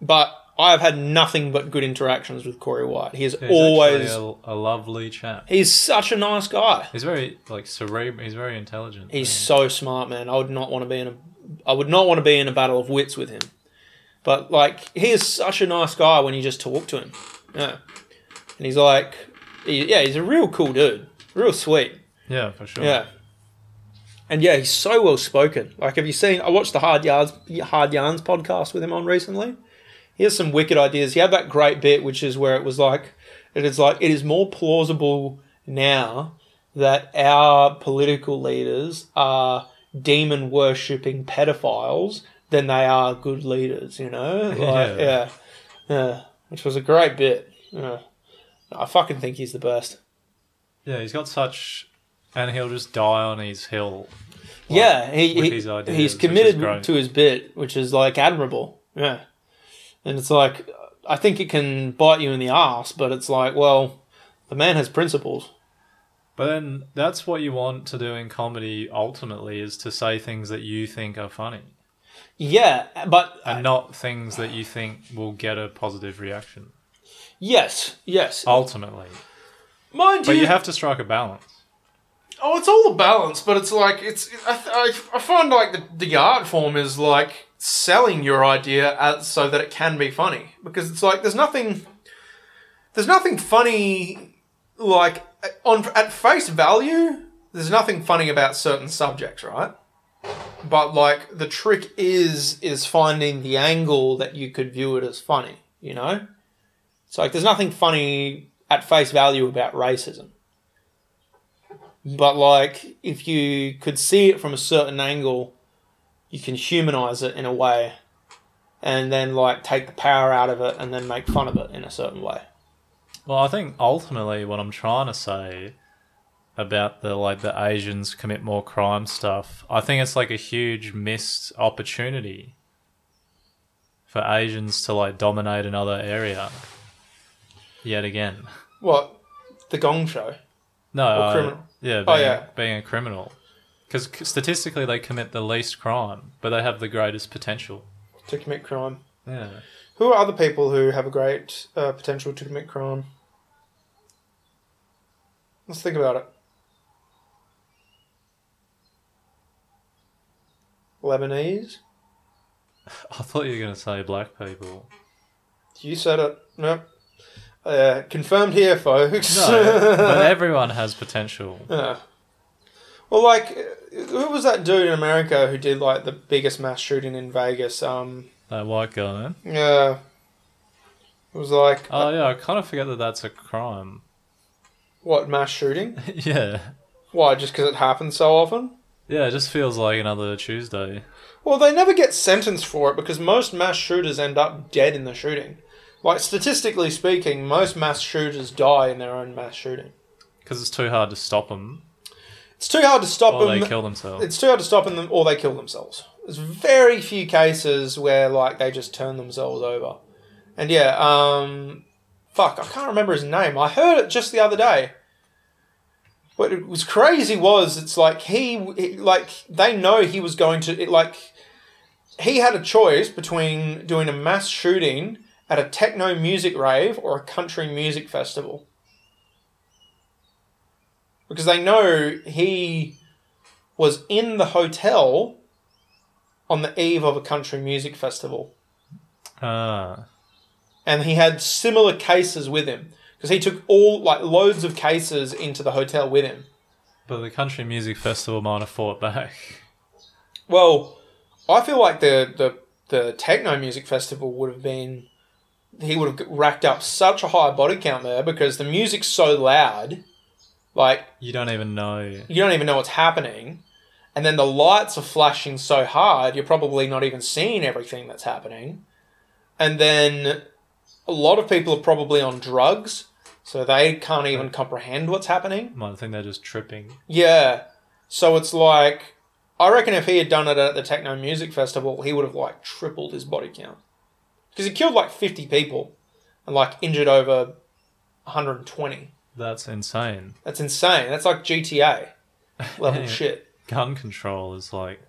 A: But I've had nothing but good interactions with Corey White. He is
B: He's
A: always
B: actually a, a lovely chap.
A: He's such a nice guy.
B: He's very like cerebral. He's very intelligent.
A: He's so smart, man. I would not want to be in a I would not want to be in a battle of wits with him. But like he is such a nice guy when you just talk to him. Yeah. And he's like he, yeah, he's a real cool dude. Real sweet.
B: yeah, for sure.
A: Yeah. And yeah, he's so well spoken. Like have you seen I watched the Hard Yards Hard Yarns podcast with him on recently. He has some wicked ideas. He had that great bit which is where it was like it is like it is more plausible now that our political leaders are demon worshipping pedophiles than they are good leaders, you know? Like, yeah.
B: Yeah.
A: yeah. Which was a great bit. Yeah. I fucking think he's the best.
B: Yeah, he's got such, and he'll just die on his hill. like,
A: yeah, he,
B: with
A: he-
B: his ideas,
A: he's
B: which is
A: committed
B: great.
A: to his bit, which is like admirable. Yeah, and it's like I think it can bite you in the ass, but it's like, well, the man has principles.
B: But then that's what you want to do in comedy. Ultimately, is to say things that you think are funny,
A: Yeah, but
B: and not things that you think will get a positive reaction.
A: yes, yes,
B: Ultimately,
A: mind
B: but
A: you,
B: you have to strike a balance.
A: oh, it's all a balance, but it's like it's. I, I, I find like the, the art form is like selling your idea as, so that it can be funny because it's like there's nothing, there's nothing funny, like on at face value. There's nothing funny about certain subjects, right? But like the trick is is finding the angle that you could view it as funny. You know, it's like there's nothing funny at face value about racism. But like, if you could see it from a certain angle, you can humanize it in a way, and then like take the power out of it, and then make fun of it in a certain way.
B: Well, I think ultimately what I'm trying to say about the like the Asians commit more crime stuff, I think it's like a huge missed opportunity for Asians to like dominate another area yet again.
A: What the Gong Show?
B: No, I-
A: criminal.
B: yeah, being,
A: Oh, yeah.
B: being a criminal. Because statistically, they commit the least crime, but they have the greatest potential.
A: to commit crime.
B: Yeah.
A: Who are other people who have a great uh, potential to commit crime? Let's think about it. Lebanese.
B: I thought you were going to say black people.
A: You said it. Nope. Uh, confirmed here, folks.
B: No, but everyone has potential.
A: Yeah. Well, like, uh, who was that dude in America who did like the biggest mass shooting in Vegas? Um,
B: That white guy, man.
A: yeah. It was like
B: Oh yeah, I kind of forget that that's a crime.
A: what mass shooting?
B: yeah,
A: Why? Just because it happens so often?
B: yeah, it just feels like another Tuesday.
A: Well, they never get sentenced for it because most mass shooters end up dead in the shooting. Like statistically speaking, most mass shooters die in their own mass shooting.
B: Because it's too hard to stop them,
A: It's too hard to stop
B: or
A: them.
B: they kill themselves.
A: it's too hard to stop them or they kill themselves. There's very few cases where like they just turn themselves over. And yeah, um fuck, I can't remember his name. I heard it just the other day. What it was crazy was it's like he it- like they know he was going to it like he had a choice between doing a mass shooting at a techno music rave or a country music festival. Because they know he was in the hotel on the eve of a country music festival.
B: Ah,
A: And he had similar cases with him because he took all, like, loads of cases into the hotel with him.
B: but the country music festival might have fought back.
A: Well, I feel like the, the, the techno music festival would have been, he would have racked up such a high body count there because the music's so loud. Like,
B: You don't even know.
A: you don't even know what's happening. And then the lights are flashing so hard, you're probably not even seeing everything that's happening. And then a lot of people are probably on drugs, so they can't even comprehend what's happening.
B: Might think they're just tripping.
A: Yeah. So it's like, I reckon if he had done it at the Techno Music Festival, he would have like tripled his body count. Because he killed like 50 people and like injured over 120.
B: That's insane.
A: That's insane. That's like GTA level
B: Yeah.
A: shit.
B: Gun control is like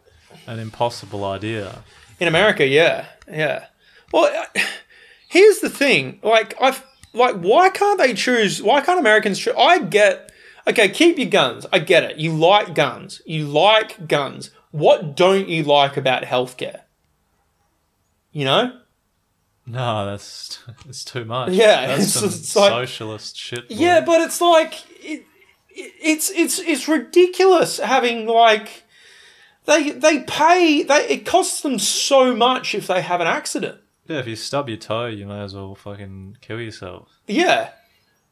B: an impossible idea.
A: In America, yeah, yeah. Well, I- here's the thing: like, I like, why can't they choose? Why can't Americans choose? I get, okay, keep your guns. I get it. You like guns. You like guns. What don't you like about healthcare? You know?
B: No, that's it's too much.
A: Yeah,
B: that's
A: it's-
B: some
A: it's like-
B: socialist shit.
A: Yeah, but it's like it, it, it's it's it's ridiculous having like they they pay they it costs them so much if they have an accident.
B: yeah. If you stub your toe, you may as well fucking kill yourself.
A: Yeah.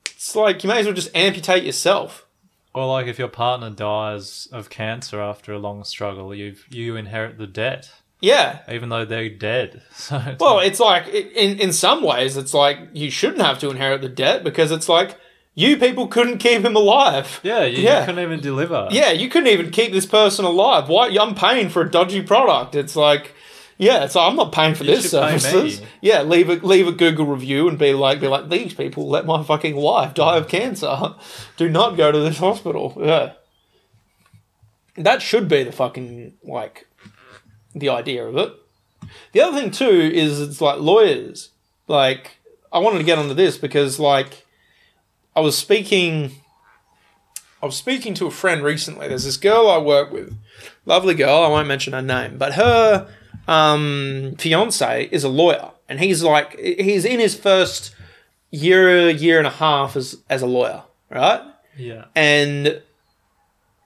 A: It's like you may as well just amputate yourself.
B: Or like if your partner dies of cancer after a long struggle, you you inherit the debt,
A: Yeah.
B: even though they're dead. So it's
A: Well,
B: like-
A: it's like i- in in some ways it's like you shouldn't have to inherit the debt because it's like You people couldn't keep him alive.
B: Yeah, you, you
A: Yeah.
B: couldn't even deliver.
A: Yeah, you couldn't even keep this person alive. Why? I'm paying for a dodgy product. It's like, yeah, it's I'm not paying for
B: You
A: this
B: should pay me.
A: services. Yeah, leave a leave a Google review and be like, be like, these people let my fucking wife die of cancer. Do not go to this hospital. Yeah, that should be the fucking like the idea of it. The other thing too is it's like lawyers. Like I wanted to get onto this because like I was speaking I was speaking to a friend recently. There's this girl I work with. Lovely girl, I won't mention her name, but her um fiance is a lawyer and he's like he's in his first year year and a half as as a lawyer, right?
B: Yeah.
A: and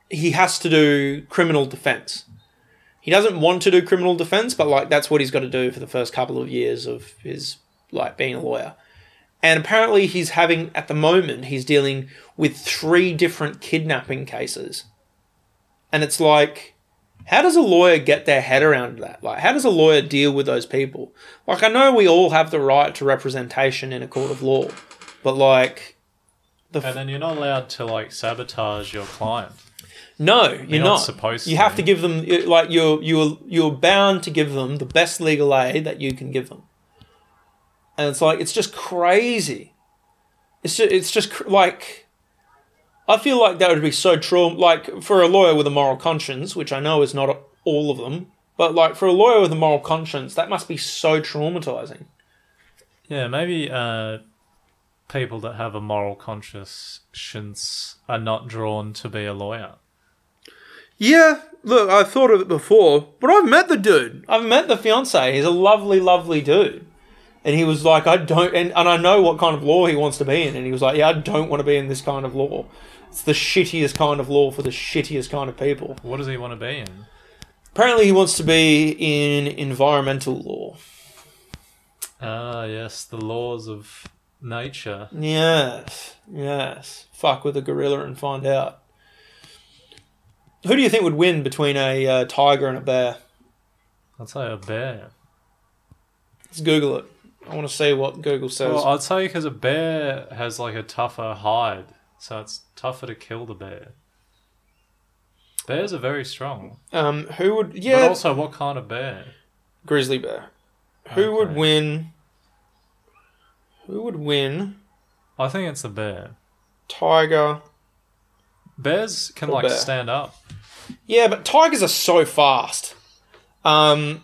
A: he has to do criminal defense. He doesn't want to do criminal defense, but like that's what he's got to do for the first couple of years of his like being a lawyer. And apparently he's having at the moment he's dealing with three different kidnapping cases. And it's like how does a lawyer get their head around that? Like how does a lawyer deal with those people? Like I know we all have the right to representation in a court of law, but like the
B: And then you're not allowed to like sabotage your client.
A: No, you're
B: not
A: not
B: supposed
A: You
B: to.
A: have to give them like you're you're you're bound to give them the best legal aid that you can give them, and it's like it's just crazy. It's just, it's just cr- like I feel like that would be so traum like for a lawyer with a moral conscience, which I know is not all of them, but like for a lawyer with a moral conscience, that must be so traumatizing.
B: Yeah, maybe uh, people that have a moral conscience are not drawn to be a lawyer.
A: Yeah, look, I've thought of it before, but I've met the dude. I've met the fiance. He's a lovely, lovely dude. And he was like, I don't, and, and I know what kind of law he wants to be in. And he was like, Yeah, I don't want to be in this kind of law. It's the shittiest kind of law for the shittiest kind of people.
B: What does he want to be in?
A: Apparently, he wants to be in environmental law.
B: Ah, yes, the laws of nature.
A: Yes, yes. Fuck with a gorilla and find out. Who do you think would win between a uh, tiger and a bear?
B: I'd say a bear.
A: Let's Google it. I want to see what Google says.
B: Well, I'd say because a bear has like a tougher hide, so it's tougher to kill the bear. Bears are very strong.
A: Um, who would?
B: But
A: Yeah,
B: also, what kind of bear?
A: grizzly bear. Who would
B: Okay.
A: win? Who would win?
B: I think it's a bear.
A: Tiger.
B: Bears can
A: A
B: like
A: bear.
B: stand up.
A: Yeah, but tigers are so fast. Um,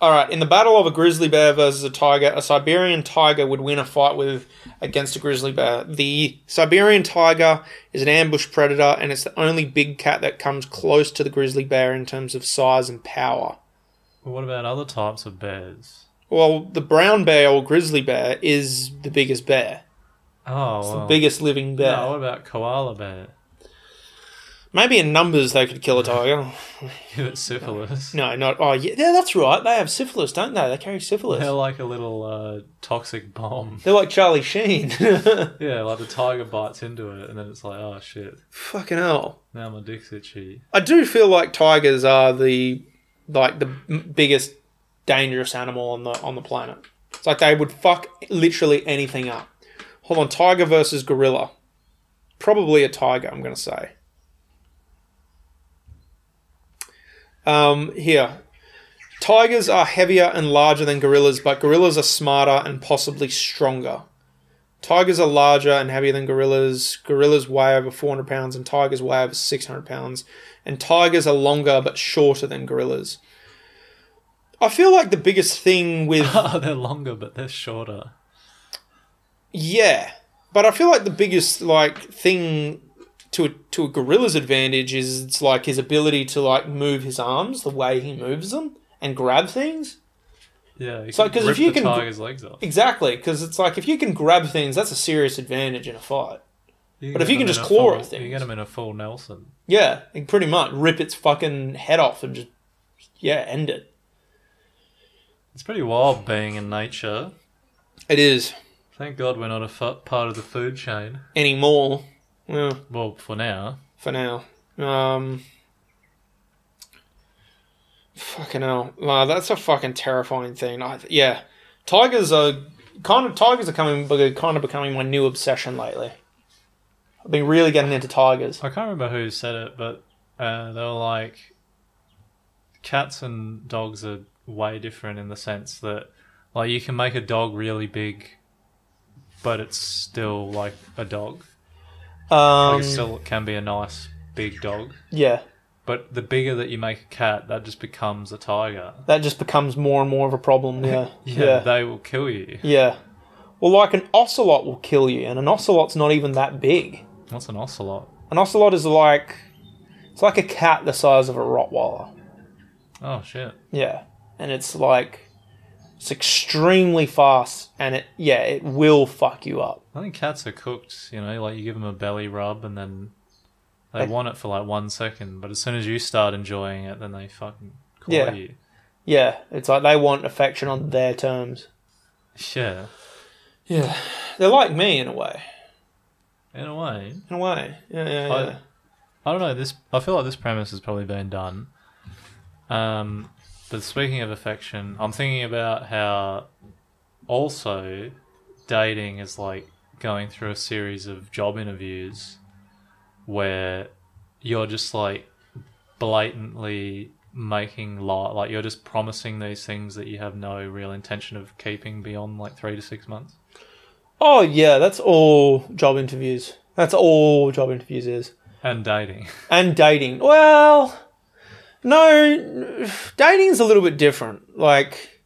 A: all right. In the battle of a grizzly bear versus a tiger, a Siberian tiger would win a fight with against a grizzly bear. The Siberian tiger is an ambush predator, and it's the only big cat that comes close to the grizzly bear in terms of size and power.
B: What about other types of bears?
A: Well, the brown bear or grizzly bear is the biggest bear,
B: Oh,
A: it's
B: well.
A: the biggest living bear.
B: No, what about koala bear?
A: Maybe in numbers they could kill a tiger.
B: Give it syphilis.
A: No, not. Oh, yeah, yeah, that's right. They have syphilis, don't they? They carry syphilis.
B: They're like a little uh, toxic bomb.
A: They're like Charlie Sheen.
B: Yeah, like the tiger bites into it, and then it's like, oh shit,
A: Fucking hell.
B: now my dick's itchy.
A: I do feel like tigers are the like the m- biggest dangerous animal on the on the planet. It's like they would fuck literally anything up. Hold on, tiger versus gorilla. Probably a tiger, I'm gonna say. Um, here. Tigers are heavier and larger than gorillas, but gorillas are smarter and possibly stronger. Tigers are larger and heavier than gorillas. Gorillas weigh over 400 pounds, and tigers weigh over 600 pounds. And tigers are longer but shorter than gorillas. I feel like the biggest thing with
B: Oh, they're longer, but they're shorter.
A: Yeah, but I feel like the biggest like thing to a, to a gorilla's advantage is it's like his ability to like move his arms the way he moves them and grab things.
B: Yeah, you
A: So,
B: can
A: 'cause if
B: rip
A: you
B: the
A: can-
B: tiger's legs off.
A: Exactly, because it's like if you can grab things, that's a serious advantage in a fight.
B: You
A: But if
B: get
A: you can
B: them in
A: just
B: a
A: claw
B: full-
A: at
B: you
A: things.
B: get them in a full Nelson.
A: Yeah, and pretty much rip its fucking head off and just yeah end it.
B: It's pretty wild being in nature.
A: It is
B: Thank God we're not a fu- part of the food chain.
A: anymore. Yeah.
B: Well, for now.
A: for now. Um, fucking hell, Wow, that's a fucking terrifying thing. I, yeah, tigers are kind of tigers are coming, kind of becoming my new obsession lately. I've been really getting into tigers.
B: I can't remember who said it, but uh, they were like, cats and dogs are way different in the sense that, like, you can make a dog really big, but it's still like a dog. Like,
A: Um,
B: it still can be a nice big dog.
A: yeah,
B: But the bigger that you make a cat, that just becomes a tiger.
A: that just becomes more and more of a problem. Yeah,
B: Yeah,
A: yeah,
B: they will kill you.
A: yeah. Well, like an ocelot will kill you, and an ocelot's not even that big.
B: What's an ocelot?
A: An ocelot is like it's like a cat the size of a Rottweiler.
B: Oh shit!
A: Yeah, and it's like it's extremely fast, and it yeah it will fuck you up.
B: I think cats are cooked. You know, like you give them a belly rub, and then they
A: They-
B: want it for like one second. But as soon as you start enjoying it, then they fucking claw
A: Yeah.
B: you.
A: Yeah, it's like they want affection on their terms.
B: Yeah,
A: Yeah, they're like me in a way.
B: in a way.
A: In a way, yeah, yeah,
B: I-
A: yeah.
B: I don't know. This I feel like this premise has probably been done. Um, but speaking of affection, I'm thinking about how also dating is like going through a series of job interviews where you're just like blatantly making lot like you're just promising these things that you have no real intention of keeping beyond like three to six months.
A: Oh yeah, that's all job interviews. That's all job interviews is.
B: And dating.
A: And dating. Well, no, dating is a little bit different. Like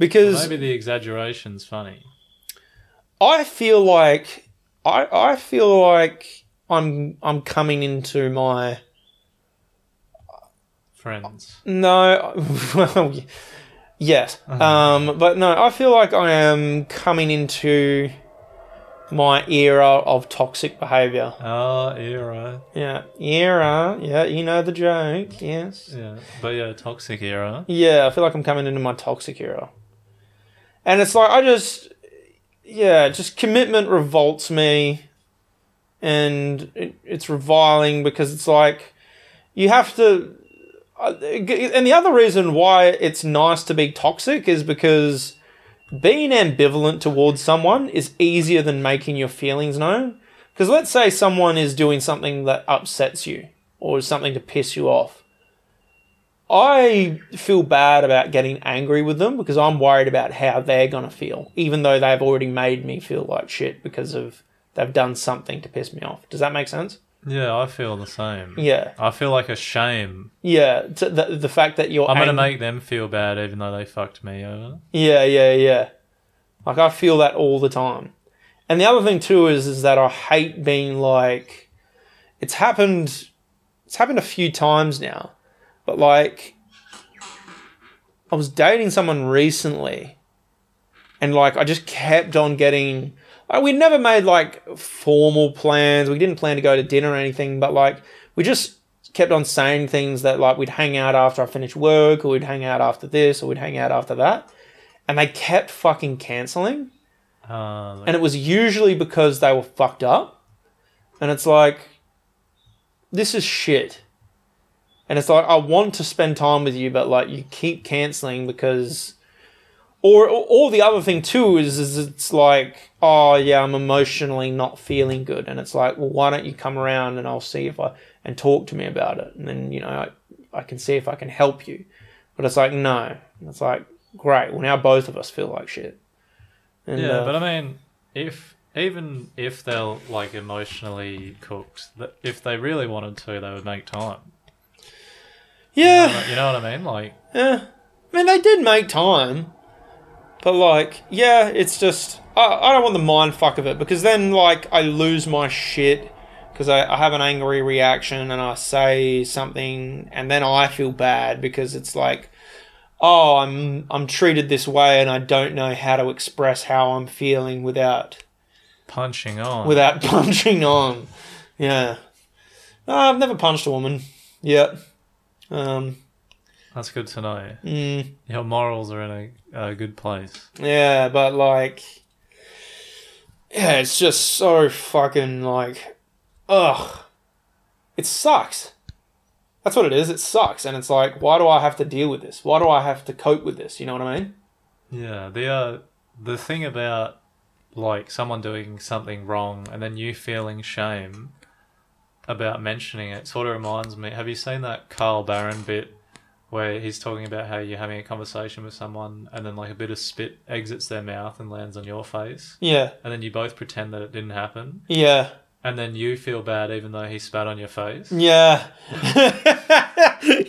A: because
B: Maybe the exaggeration's funny.
A: I feel like I I feel like I'm I'm coming into my
B: Friends.
A: no well y- yes um but no I feel like I am coming into my era of toxic behavior.
B: Ah, era.
A: Yeah, era. Yeah, you know the joke. Yes.
B: Yeah, but yeah, toxic era.
A: Yeah, I feel like I'm coming into my toxic era. And it's like I just yeah, just commitment revolts me and it, it's reviling because it's like you have to I- and the other reason why it's nice to be toxic is because being ambivalent towards someone is easier than making your feelings known. Because let's say someone is doing something that upsets you or is something to piss you off. I feel bad about getting angry with them because I'm worried about how they're going to feel, even though they've already made me feel like shit because of they've done something to piss me off. Does that make sense?
B: Yeah, I feel the same.
A: Yeah.
B: I feel like a shame.
A: Yeah. T- the, the fact that you're
B: I'm gonna
A: ang-
B: make them feel bad even though they fucked me over.
A: Yeah, yeah, yeah. Like I feel that all the time. And the other thing too is is that I hate being like it's happened it's happened a few times now. But like I was dating someone recently and like I just kept on getting like we never made like formal plans. We didn't plan to go to dinner or anything, but like we just kept on saying things that like we'd hang out after I finished work or we'd hang out after this or we'd hang out after that. And they kept fucking canceling.
B: Uh,
A: And it was usually because they were fucked up. And it's like, this is shit. And it's like, I want to spend time with you, but like, you keep canceling because. Or, or, or the other thing too is, is it's like, oh yeah, I'm emotionally not feeling good. And it's like, well, why don't you come around and I'll see if I. and talk to me about it. And then, you know, I, I can see if I can help you. But it's like, no. And it's like, great. Well, now both of us feel like shit. And,
B: yeah,
A: uh,
B: but I mean, if even if they're like emotionally cooked, th- if they really wanted to, they would make time.
A: yeah.
B: You know what I mean? Like,
A: Yeah. Eh, I mean, they did make time. But, like, yeah, it's just. I, I don't want the mind fuck of it because then, like, I lose my shit because I, I have an angry reaction and I say something and then I feel bad because it's like. Oh, I'm I'm treated this way, and I don't know how to express how I'm feeling without
B: punching on.
A: without punching on. Yeah, no, I've never punched a woman yet. Um,
B: That's good to know.
A: mm,
B: Your morals are in a, a good place.
A: Yeah, but like, yeah, it's just so fucking like, ugh, it sucks. That's what it is. It sucks, and it's like, why do I have to deal with this? Why do I have to cope with this? You know what I mean?
B: Yeah, the uh, the thing about like someone doing something wrong and then you feeling shame about mentioning it sort of reminds me have you seen that Carl Barron bit where he's talking about how you're having a conversation with someone and then like a bit of spit exits their mouth and lands on your face
A: Yeah.
B: and then you both pretend that it didn't happen
A: Yeah.
B: and then you feel bad even though he spat on your face
A: Yeah.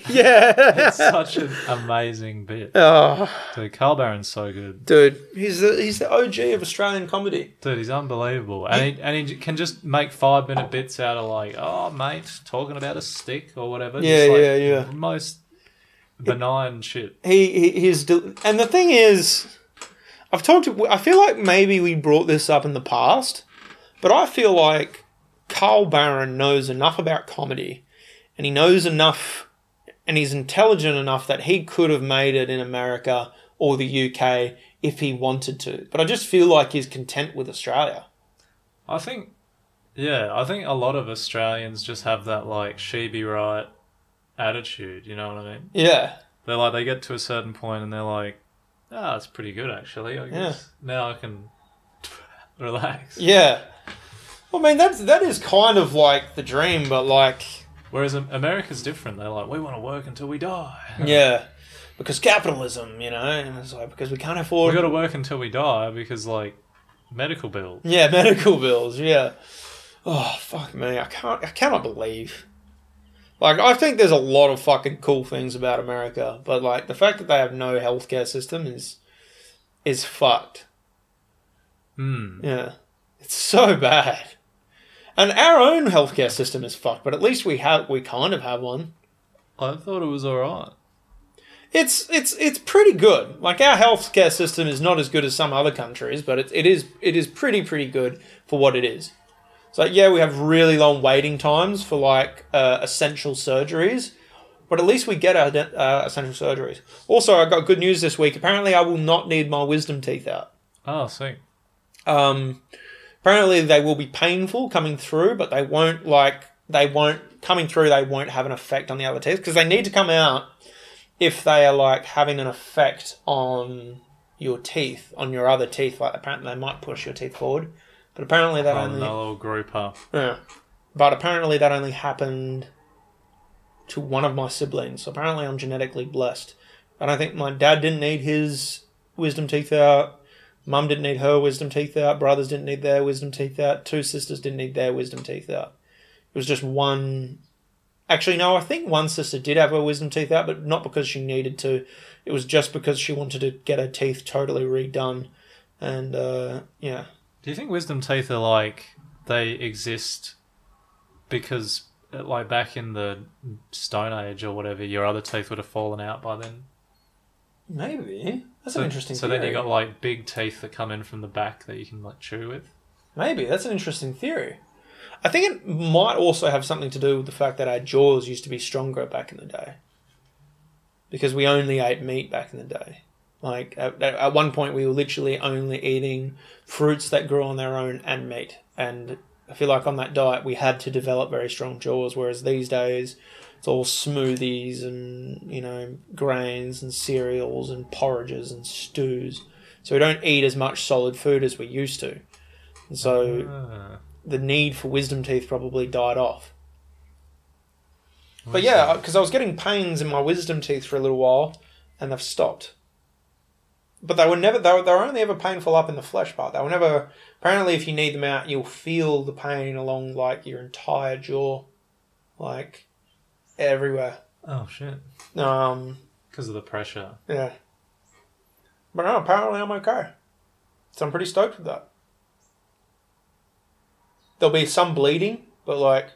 A: yeah.
B: it's such an amazing bit
A: Oh,
B: dude Carl Barron's so good
A: dude, he's the he's the OG of Australian comedy.
B: Dude, he's unbelievable, and he and he j- can just make five minute bits out of like, oh mate, talking about a stick or whatever.
A: Yeah,
B: just like
A: yeah, yeah.
B: Most benign shit.
A: He, he he's del- and the thing is, I've talked. I feel like maybe we brought this up in the past, but I feel like Carl Barron knows enough about comedy, and he knows enough, and he's intelligent enough that he could have made it in America or the UK if he wanted to. But I just feel like he's content with Australia.
B: I think, yeah, I think a lot of Australians just have that like she be right attitude. You know what I mean?
A: Yeah.
B: They're like they get to a certain point and they're like, ah, it's pretty good actually. I guess now I can relax.
A: Yeah. I mean that's that is kind of like the dream, but like
B: Whereas um, America's different. They're like, we want to work until we die.
A: yeah, because capitalism, you know, and it's like because we can't
B: we
A: afford
B: got to work until we die because like medical bills.
A: yeah medical bills, yeah. Oh fuck me, I can't, I cannot believe. Like I think there's a lot of fucking cool things about America, but like the fact that they have no healthcare system is is fucked.
B: Hmm.
A: Yeah. It's so bad. And our own healthcare system is fucked, but at least we have we kind of have one.
B: I thought it was all right.
A: it's it's it's pretty good. Like our healthcare system is not as good as some other countries, but it, it is it is pretty pretty good for what it is. So yeah, we have really long waiting times for like uh, essential surgeries, but at least we get our de- uh, essential surgeries. Also, I got good news this week. Apparently, I will not need my wisdom teeth out.
B: Oh, sick.
A: Um, apparently, they will be painful coming through, but they won't like they won't coming through. They won't have an effect on the other teeth because they need to come out if they are like having an effect on your teeth, on your other teeth. Like apparently, they might push your teeth forward, but apparently that
B: On
A: only
B: the little grouper.
A: yeah. But apparently that only happened to one of my siblings. So apparently I'm genetically blessed. And I think my dad didn't need his wisdom teeth out. Mum didn't need her wisdom teeth out. Brothers didn't need their wisdom teeth out. Two sisters didn't need their wisdom teeth out. It was just one. Actually, no, I think one sister did have her wisdom teeth out, but not because she needed to. It was just because she wanted to get her teeth totally redone. And, uh, yeah.
B: Do you think wisdom teeth are like they exist because, uh, like, back in the Stone Age or whatever, your other teeth would have fallen out by then?
A: Maybe. That's
B: so
A: an interesting
B: So then you got like big teeth that come in from the back that you can like chew with.
A: Maybe that's an interesting theory. I think it might also have something to do with the fact that our jaws used to be stronger back in the day, because we only ate meat back in the day. Like at, at- at one point, we were literally only eating fruits that grew on their own and meat. And I feel like on that diet, we had to develop very strong jaws. Whereas these days, it's all smoothies and you know grains and cereals and porridges and stews. So we don't eat as much solid food as we used to. And so
B: Ah.
A: the need for wisdom teeth probably died off. But yeah, because I was getting pains in my wisdom teeth for a little while, and they've stopped. But they were never they were, they were only ever painful up in the flesh part. They were never apparently if you need them out, you'll feel the pain along like your entire jaw, like everywhere.
B: Oh shit.
A: Um,
B: Because of the pressure.
A: yeah. But no, apparently I'm okay. So I'm pretty stoked with that. There'll be some bleeding, but like,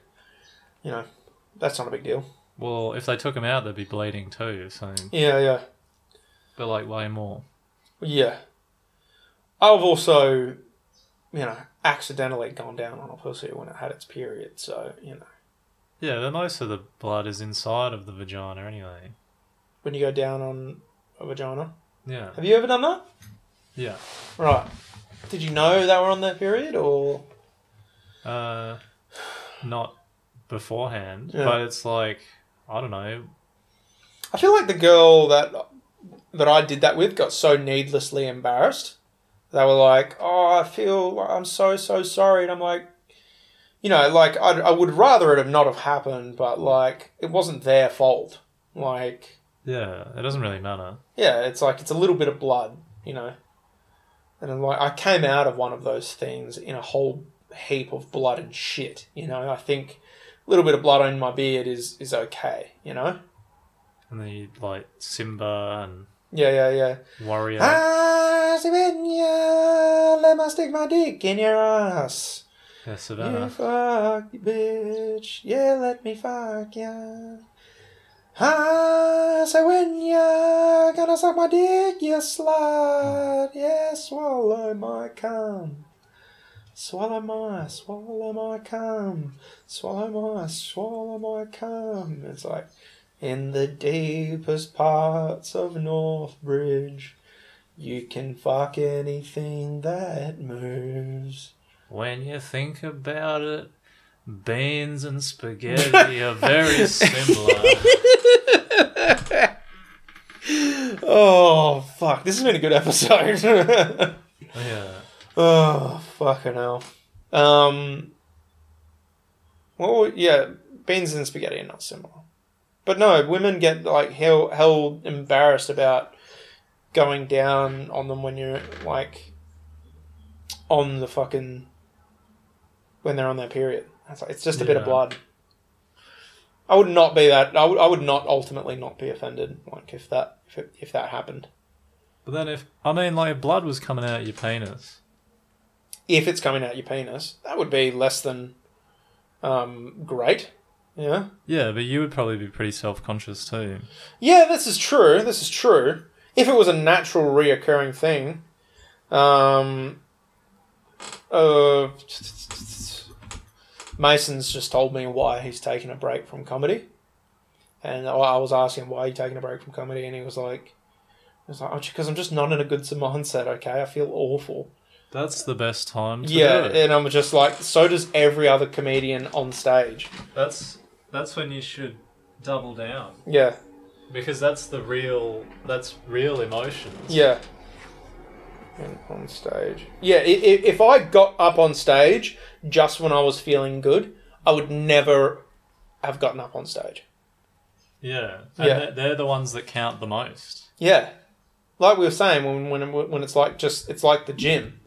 A: you know, that's not a big deal.
B: Well, if they took them out, they'd be bleeding too. So,
A: Yeah, yeah.
B: but like way more.
A: Yeah. I've also, you know, accidentally gone down on a pussy when it had its period, so, you know.
B: Yeah, but most of the blood is inside of the vagina anyway.
A: When you go down on a vagina.
B: Yeah.
A: Have you ever done that?
B: Yeah.
A: Right. Did you know they were on their period or
B: Uh, not beforehand,
A: Yeah.
B: but it's like I don't know.
A: I feel like the girl that that I did that with got so needlessly embarrassed They were like, "Oh, I feel I'm so so sorry," and I'm like, you know, like I'd, I would rather it have not have happened, but like it wasn't their fault. Like,
B: Yeah, it doesn't really matter.
A: yeah, it's like it's a little bit of blood, you know. And I'm like, I came out of one of those things in a whole heap of blood and shit, you know. I think a little bit of blood on my beard is is okay, you know.
B: And then you like Simba and
A: Yeah, yeah, yeah.
B: Warrior.
A: Ah, Sibinia, let me stick my dick in your ass.
B: Yeah,
A: You
B: Savannah.
A: fuck, you bitch. Yeah, let me fuck ya. Ah, so when ya gonna suck my dick, you slut. Yeah, swallow my cum. Swallow my, swallow my cum. Swallow my, swallow my cum. It's like, in the deepest parts of Northbridge, you can fuck anything that moves.
B: When you think about it, beans and spaghetti are very similar.
A: Oh fuck! This has been a good episode.
B: yeah.
A: oh fucking hell. Um. Well, yeah, beans and spaghetti are not similar, but no, women get like hell, hell embarrassed about going down on them when you're like on the fucking when they're on their period. It's, like, it's just a bit of
B: Yeah.
A: blood. I would not be that. I would. I would not ultimately not be offended. Like if that if it, if that happened.
B: But then if I mean like blood was coming out your penis.
A: if it's coming out your penis, that would be less than um, great. Yeah.
B: Yeah, but you would probably be pretty self conscious too.
A: Yeah, this is true. This is true. If it was a natural reoccurring thing, um, uh, Mason's just told me why he's taking a break from comedy, and I I was asking why are you taking a break from comedy, and he was like, "I was like, oh, because I'm just not in a good mindset. Okay, I feel awful."
B: That's the best time to
A: Yeah,
B: do it.
A: and I'm just like, so does every other comedian on stage.
B: That's that's when you should double down.
A: Yeah,
B: Because that's the real that's real emotions.
A: yeah. And on stage. Yeah, if, if I got up on stage just when I was feeling good, I would never have gotten up on stage.
B: Yeah. And
A: Yeah.
B: They're, they're the ones that count the most.
A: Yeah, like we were saying, when when when it's like just it's like the gym,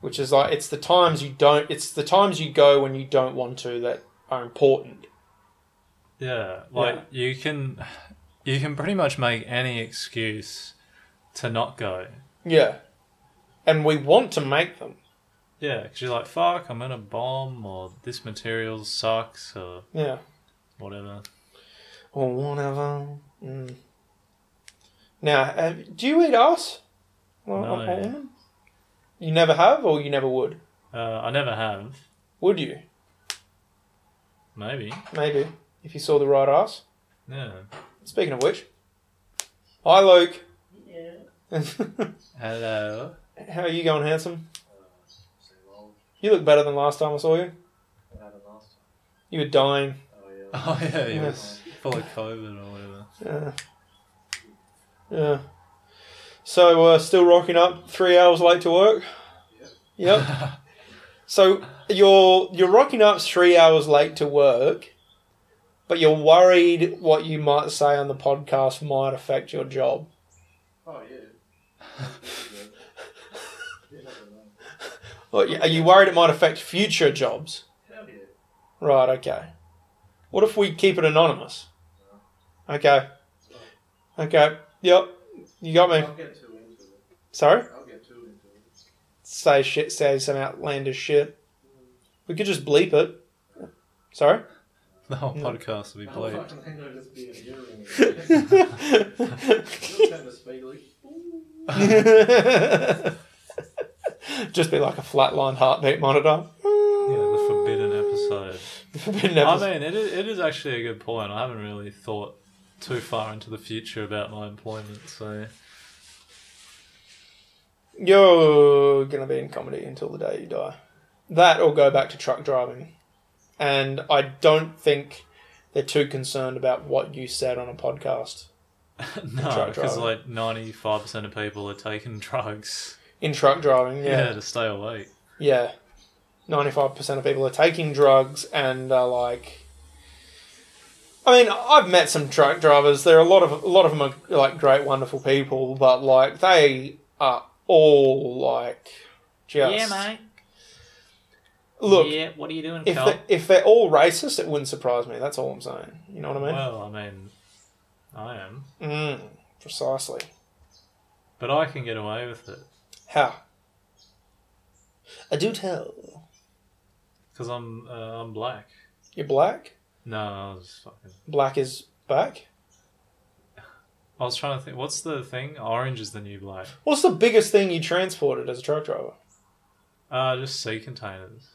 A: which is like it's the times you don't, it's the times you go when you don't want to that are important.
B: Yeah. Like you can you can pretty much make any excuse to not go.
A: Yeah, and we want to make them.
B: Yeah, because you're like, fuck, I'm in a bomb, or this material sucks, or
A: Yeah.
B: whatever.
A: or whatever. Mm. Now, have, do you eat ass? Well,
B: No.
A: a- a woman? You never have, or you never would?
B: Uh, I never have.
A: Would you?
B: Maybe.
A: Maybe if you saw the right ass.
B: Yeah.
A: Speaking of which, hi Luke.
C: Yeah.
B: Hello.
A: How are you going, handsome?
C: Same old.
A: You look better than last time I saw you.
C: What happened last time?
A: You were dying.
C: Oh yeah.
B: Oh yeah, he
A: Yes.
B: was full of COVID or whatever.
A: Yeah. Yeah. So uh, still rocking up. Three hours late to work. Yep. So you're you're rocking up three hours late to work, but you're worried what you might say on the podcast might affect your job.
C: Oh yeah. yeah, never mind.
A: Or y- Are you worried it might affect future jobs?
C: Hell yeah.
A: Right. Okay. What if we keep it anonymous? Okay. Okay. Yep. You got me.
C: I'll get too into it.
A: Sorry.
C: I'll get too into it.
A: Say shit. Say some outlandish shit. We could just bleep it. Sorry.
B: The whole
A: No.
B: podcast will be
C: I'll
B: bleeped.
C: fucking think I'll just be in hearing. You'll tend to speak like.
A: Just be like a flatline heartbeat monitor.
B: Yeah, the forbidden episode.
A: Forbidden
B: I
A: episode.
B: mean, it is, it is actually a good point. I haven't really thought too far into the future about my employment, so
A: You're gonna be in comedy until the day you die. That or go back to truck driving. And I don't think they're too concerned about what you said on a podcast.
B: no,
A: Drug
B: because
A: driver.
B: like ninety five percent of people are taking drugs.
A: in truck driving.
B: Yeah,
A: Yeah,
B: to stay awake.
A: yeah. Ninety five percent of people are taking drugs and are like. I mean, I've met some truck drivers. There are a lot of a lot of them are like great, wonderful people, but like they are all like just
D: Yeah, mate.
A: Look,
D: Yeah, what are you doing,
A: if
D: Cole?
A: they, if they're all racist, it wouldn't surprise me. That's all I'm saying. You know what I mean?
B: Well, I mean, I am,
A: Mm, precisely.
B: but I can get away with it
A: How? I do tell.
B: because I'm uh, I'm black.
A: You're black.
B: No, I was fucking.
A: Black is back.
B: I was trying to think. What's the thing? Orange is the new black.
A: What's the biggest thing you transported as a truck driver?
B: Uh, just sea containers.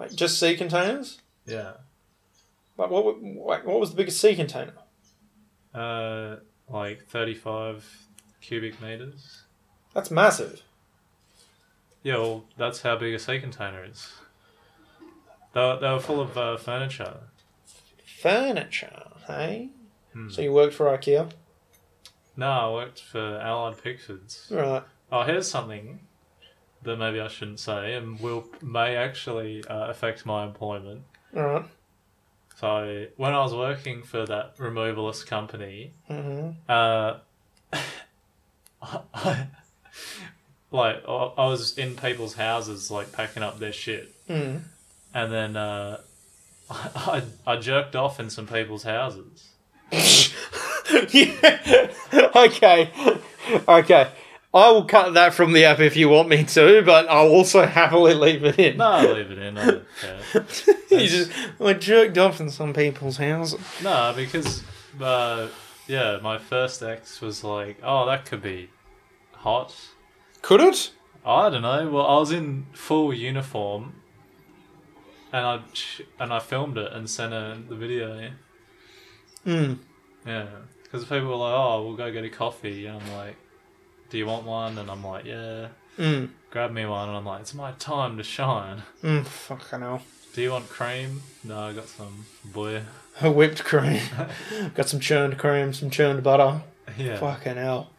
A: Like just sea containers.
B: Yeah.
A: Like what? wa- Like what was the biggest sea container?
B: Uh, like thirty-five cubic meters.
A: That's massive.
B: Yeah, well, that's how big a sea container is. They were, they were full of uh, furniture.
A: Furniture, hey.
B: Hmm.
A: So you worked for IKEA,
B: No, I worked for Allied Pickfords.
A: right?
B: Oh, here's something that maybe I shouldn't say, and will may actually uh, affect my employment.
A: All right.
B: So when I was working for that removalist company,
A: Mm-hmm.
B: uh, I, like I, I was in people's houses, like packing up their shit,
A: Mm.
B: and then uh, I, I I jerked off in some people's houses.
A: yeah. Okay. Okay. I will cut that from the app if you want me to, but I'll also happily leave it in.
B: No, I leave it in. I don't care.
A: you just we're jerked off in some people's houses.
B: No, because uh, yeah, my first ex was like, oh, that could be hot.
A: Could it?
B: I don't know. Well, I was in full uniform, and I and I filmed it and sent her the video.
A: Mm.
B: Yeah, because people were like, "Oh, we'll go get a coffee," and I'm like, "Do you want one?" And I'm like, "Yeah."
A: Mm.
B: Grab me one, and I'm like, "It's my time to shine."
A: Mm. Fucking hell.
B: Do you want cream? No, I got some boy.
A: A whipped cream. Got some churned cream, some churned butter.
B: Yeah,
A: Fucking hell.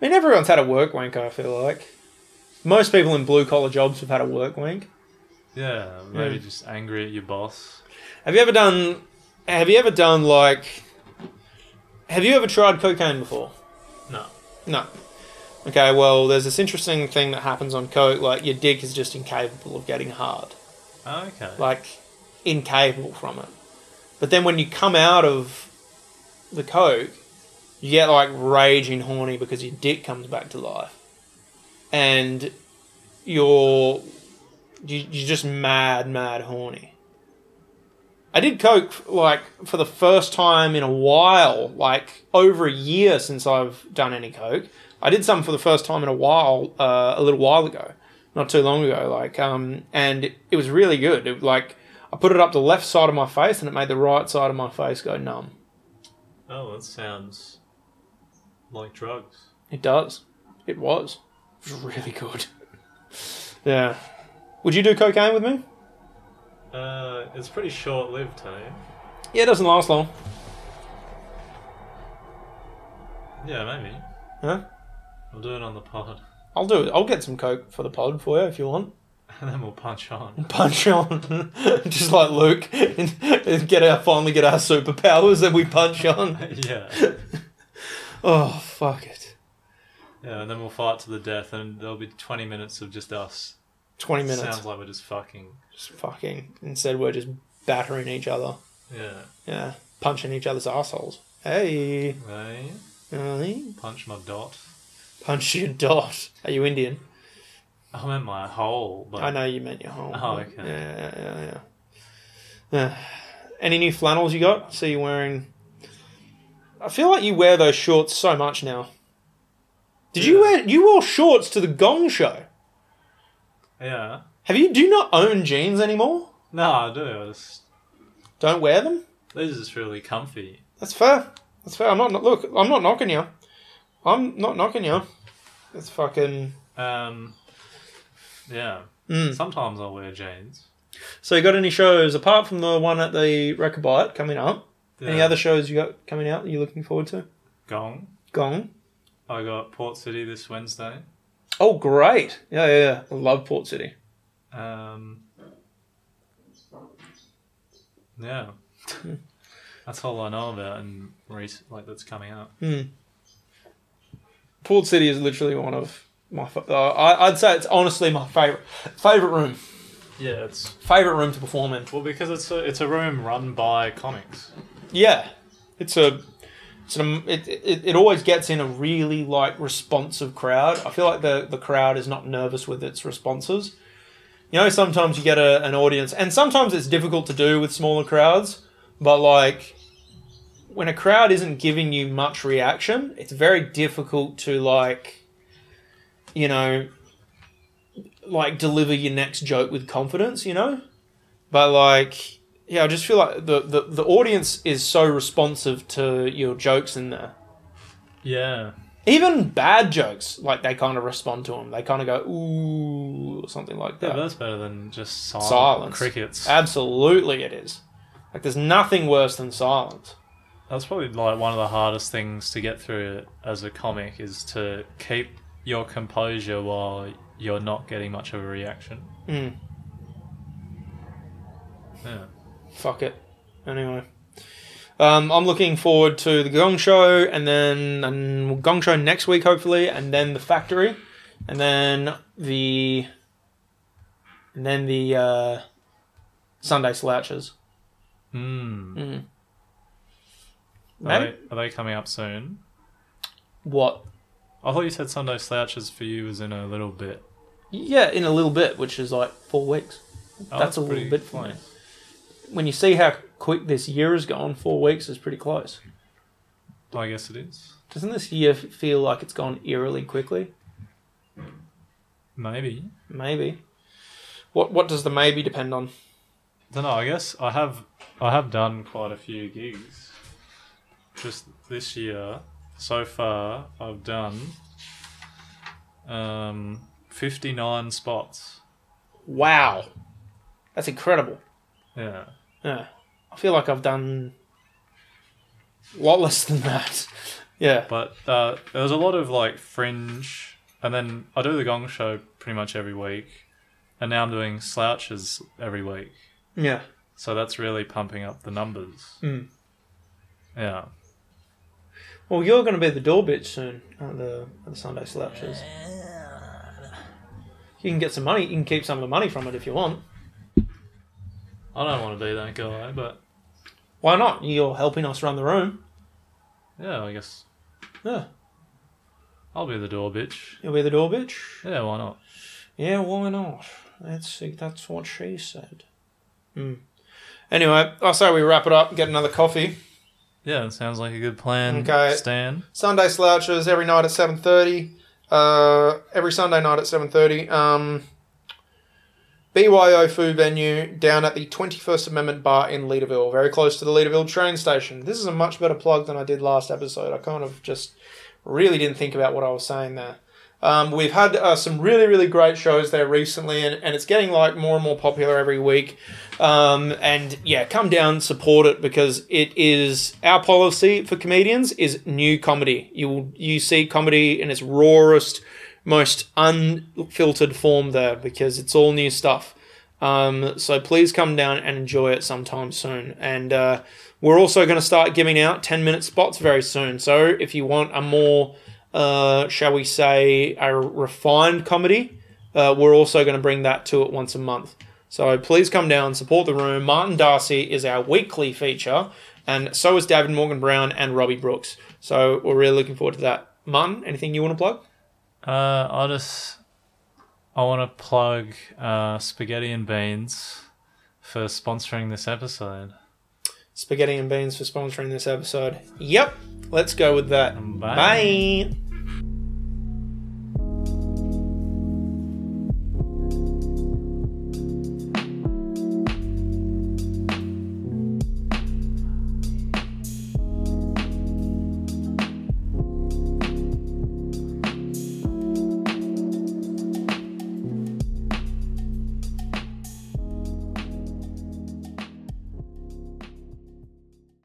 A: I mean, everyone's had a work wank, I feel like. Most people in blue collar jobs have had a work wank.
B: yeah. Maybe
A: Yeah.
B: just angry at your boss.
A: Have you ever done. Have you ever done, like. Have you ever tried cocaine before?
B: No.
A: No. Okay, well, there's this interesting thing that happens on coke. Like, your dick is just incapable of getting hard.
B: Oh, Okay.
A: Like, incapable from it. But then when you come out of the coke, you get, like, raging horny because your dick comes back to life. And you're. You, you're just mad, mad horny. I did coke, like, for the first time in a while, like, over a year since I've done any coke. I did some for the first time in a while, uh, a little while ago, not too long ago, like, um, and it was really good. It, like, I put it up the left side of my face and it made the right side of my face go numb.
B: oh, that sounds like drugs.
A: It does. It was. It was really good. yeah. Would you do cocaine with me?
B: Uh, it's pretty short lived, hey.
A: Yeah, it doesn't last long.
B: Yeah, maybe.
A: Huh?
B: We'll do it on the pod,
A: I'll do it. I'll get some coke for the pod for you if you want.
B: and then we'll punch on.
A: punch on, just like Luke, and, and get our finally get our superpowers that we punch on.
B: yeah,
A: Oh fuck it!
B: yeah, and then we'll fight to the death, and there'll be twenty minutes of just us.
A: Twenty minutes,
B: Sounds like we're just fucking.
A: just fucking. Instead, we're just battering each other.
B: Yeah,
A: Yeah, punching each other's assholes. Hey,
B: hey,
A: hey.
B: punch my dot.
A: punch your dot. Are you Indian?
B: I'm in my hole, but
A: I know you meant your home.
B: Oh, okay.
A: Yeah, yeah, yeah, yeah. Yeah. Any new flannels you got? So you're wearing. I feel like you wear those shorts so much now. Did you
B: Yeah.
A: wear you wore shorts to the Gong Show?
B: Yeah,
A: Have you do you not own jeans anymore?
B: no, I do. I just
A: Don't wear them.
B: these are just really comfy.
A: That's fair. That's fair. I'm not look. I'm not knocking you. I'm not knocking you. It's fucking.
B: Um, yeah.
A: Mm.
B: Sometimes I'll wear jeans.
A: So you got any shows apart from the one at the Record Bite coming up? Any
B: Yeah.
A: other shows you got coming out? that You're looking forward to?
B: gong?
A: Gong.
B: I got Port City this Wednesday.
A: Oh, great. Yeah, yeah, yeah. I love Port City.
B: Um, yeah,
A: Hmm.
B: that's all I know about and recent like that's coming up.
A: Hmm. Port City is literally one of my. fa- Uh, I, I'd say it's honestly my favorite favorite room.
B: Yeah, it's
A: Favorite room to perform in.
B: well because it's a it's a room run by comics.
A: Yeah, it's a. It's an, it, it, it always gets in a really like responsive crowd. I feel like the, the crowd is not nervous with its responses. You know, sometimes you get a, an audience, and sometimes it's difficult to do with smaller crowds. But like, when a crowd isn't giving you much reaction, it's very difficult to like, you know, like deliver your next joke with confidence. You know, but like, yeah, I just feel like the, the, the audience is so responsive to your jokes in there.
B: Yeah,
A: Even bad jokes, like they kind of respond to them. They kind of go ooh or something like
B: yeah,
A: that.
B: that's better than just silent
A: Silence.
B: crickets.
A: Absolutely, it is. Like there's nothing worse than silence.
B: That's probably like one of the hardest things to get through as a comic is to keep your composure while you're not getting much of a reaction.
A: Mm,
B: Yeah.
A: fuck it. Anyway, um, I'm looking forward to the Gong Show and then and Gong Show next week hopefully, and then the Factory, and then the and then the uh, Sunday Slouches.
B: Hmm.
A: Mm.
B: Are,
A: Maybe.
B: they, are they coming up soon?
A: What?
B: I thought you said Sunday Slouches for you was in a little bit.
A: Yeah, in a little bit, which is like four weeks.
B: Oh,
A: That's a little
B: pretty
A: bit for me. When you see how quick this year has gone, four weeks is pretty close.
B: I guess it is.
A: Doesn't this year f- feel like it's gone eerily quickly?
B: Maybe.
A: Maybe. What What does the maybe depend on?
B: Don't know. I guess I have. I have done quite a few gigs. Just this year, so far, I've done um, fifty nine spots.
A: Wow, that's incredible.
B: Yeah.
A: Yeah, I feel like I've done a lot less than that. Yeah.
B: But uh, there was a lot of like fringe, and then I do the Gong Show pretty much every week, and now I'm doing slouches every week.
A: Yeah.
B: So that's really pumping up the numbers.
A: Mm.
B: Yeah.
A: Well, you're going to be the door bitch soon at the, at the Sunday Slouches. You can get some money. You can keep some of the money from it if you want.
B: I don't want to be that guy, but
A: Why not? You're helping us run the room.
B: yeah, I guess
A: Yeah.
B: I'll be the door bitch.
A: You'll be the door bitch.
B: Yeah, why not?
A: Yeah, why not? That's that's what she said. Hmm. Anyway, I say we wrap it up. Get another coffee.
B: Yeah, it sounds like a good plan,
A: Okay.
B: Stan.
A: Sunday slouches every night at seven thirty. Uh, every Sunday night at seven thirty. Um, BYO Foo venue down at the Twenty First Amendment Bar in Leaderville, very close to the Leaderville train station. This is a much better plug than I did last episode. I kind of just really didn't think about what I was saying there. Um, we've had uh, some really, really great shows there recently, and, and it's getting like more and more popular every week. Um, and yeah, come down, support it because it is our policy for comedians is new comedy. You will you see comedy in its rawest, most unfiltered form there because it's all new stuff. Um, so please come down and enjoy it sometime soon. And uh, we're also going to start giving out ten minute spots very soon. So if you want a more uh, shall we say a refined comedy, uh, we're also going to bring that to it once a month. So please come down, support the room. Martin Darcy is our weekly feature, and so is David Morgan Brown and Robbie Brooks. So we're really looking forward to that. Martin, anything you want to plug?
B: Uh, I just I want to plug uh, Spaghetti and Beans for sponsoring this episode.
A: Spaghetti and beans for sponsoring this episode. Yep, let's go with that.
B: Bye.
A: Bye.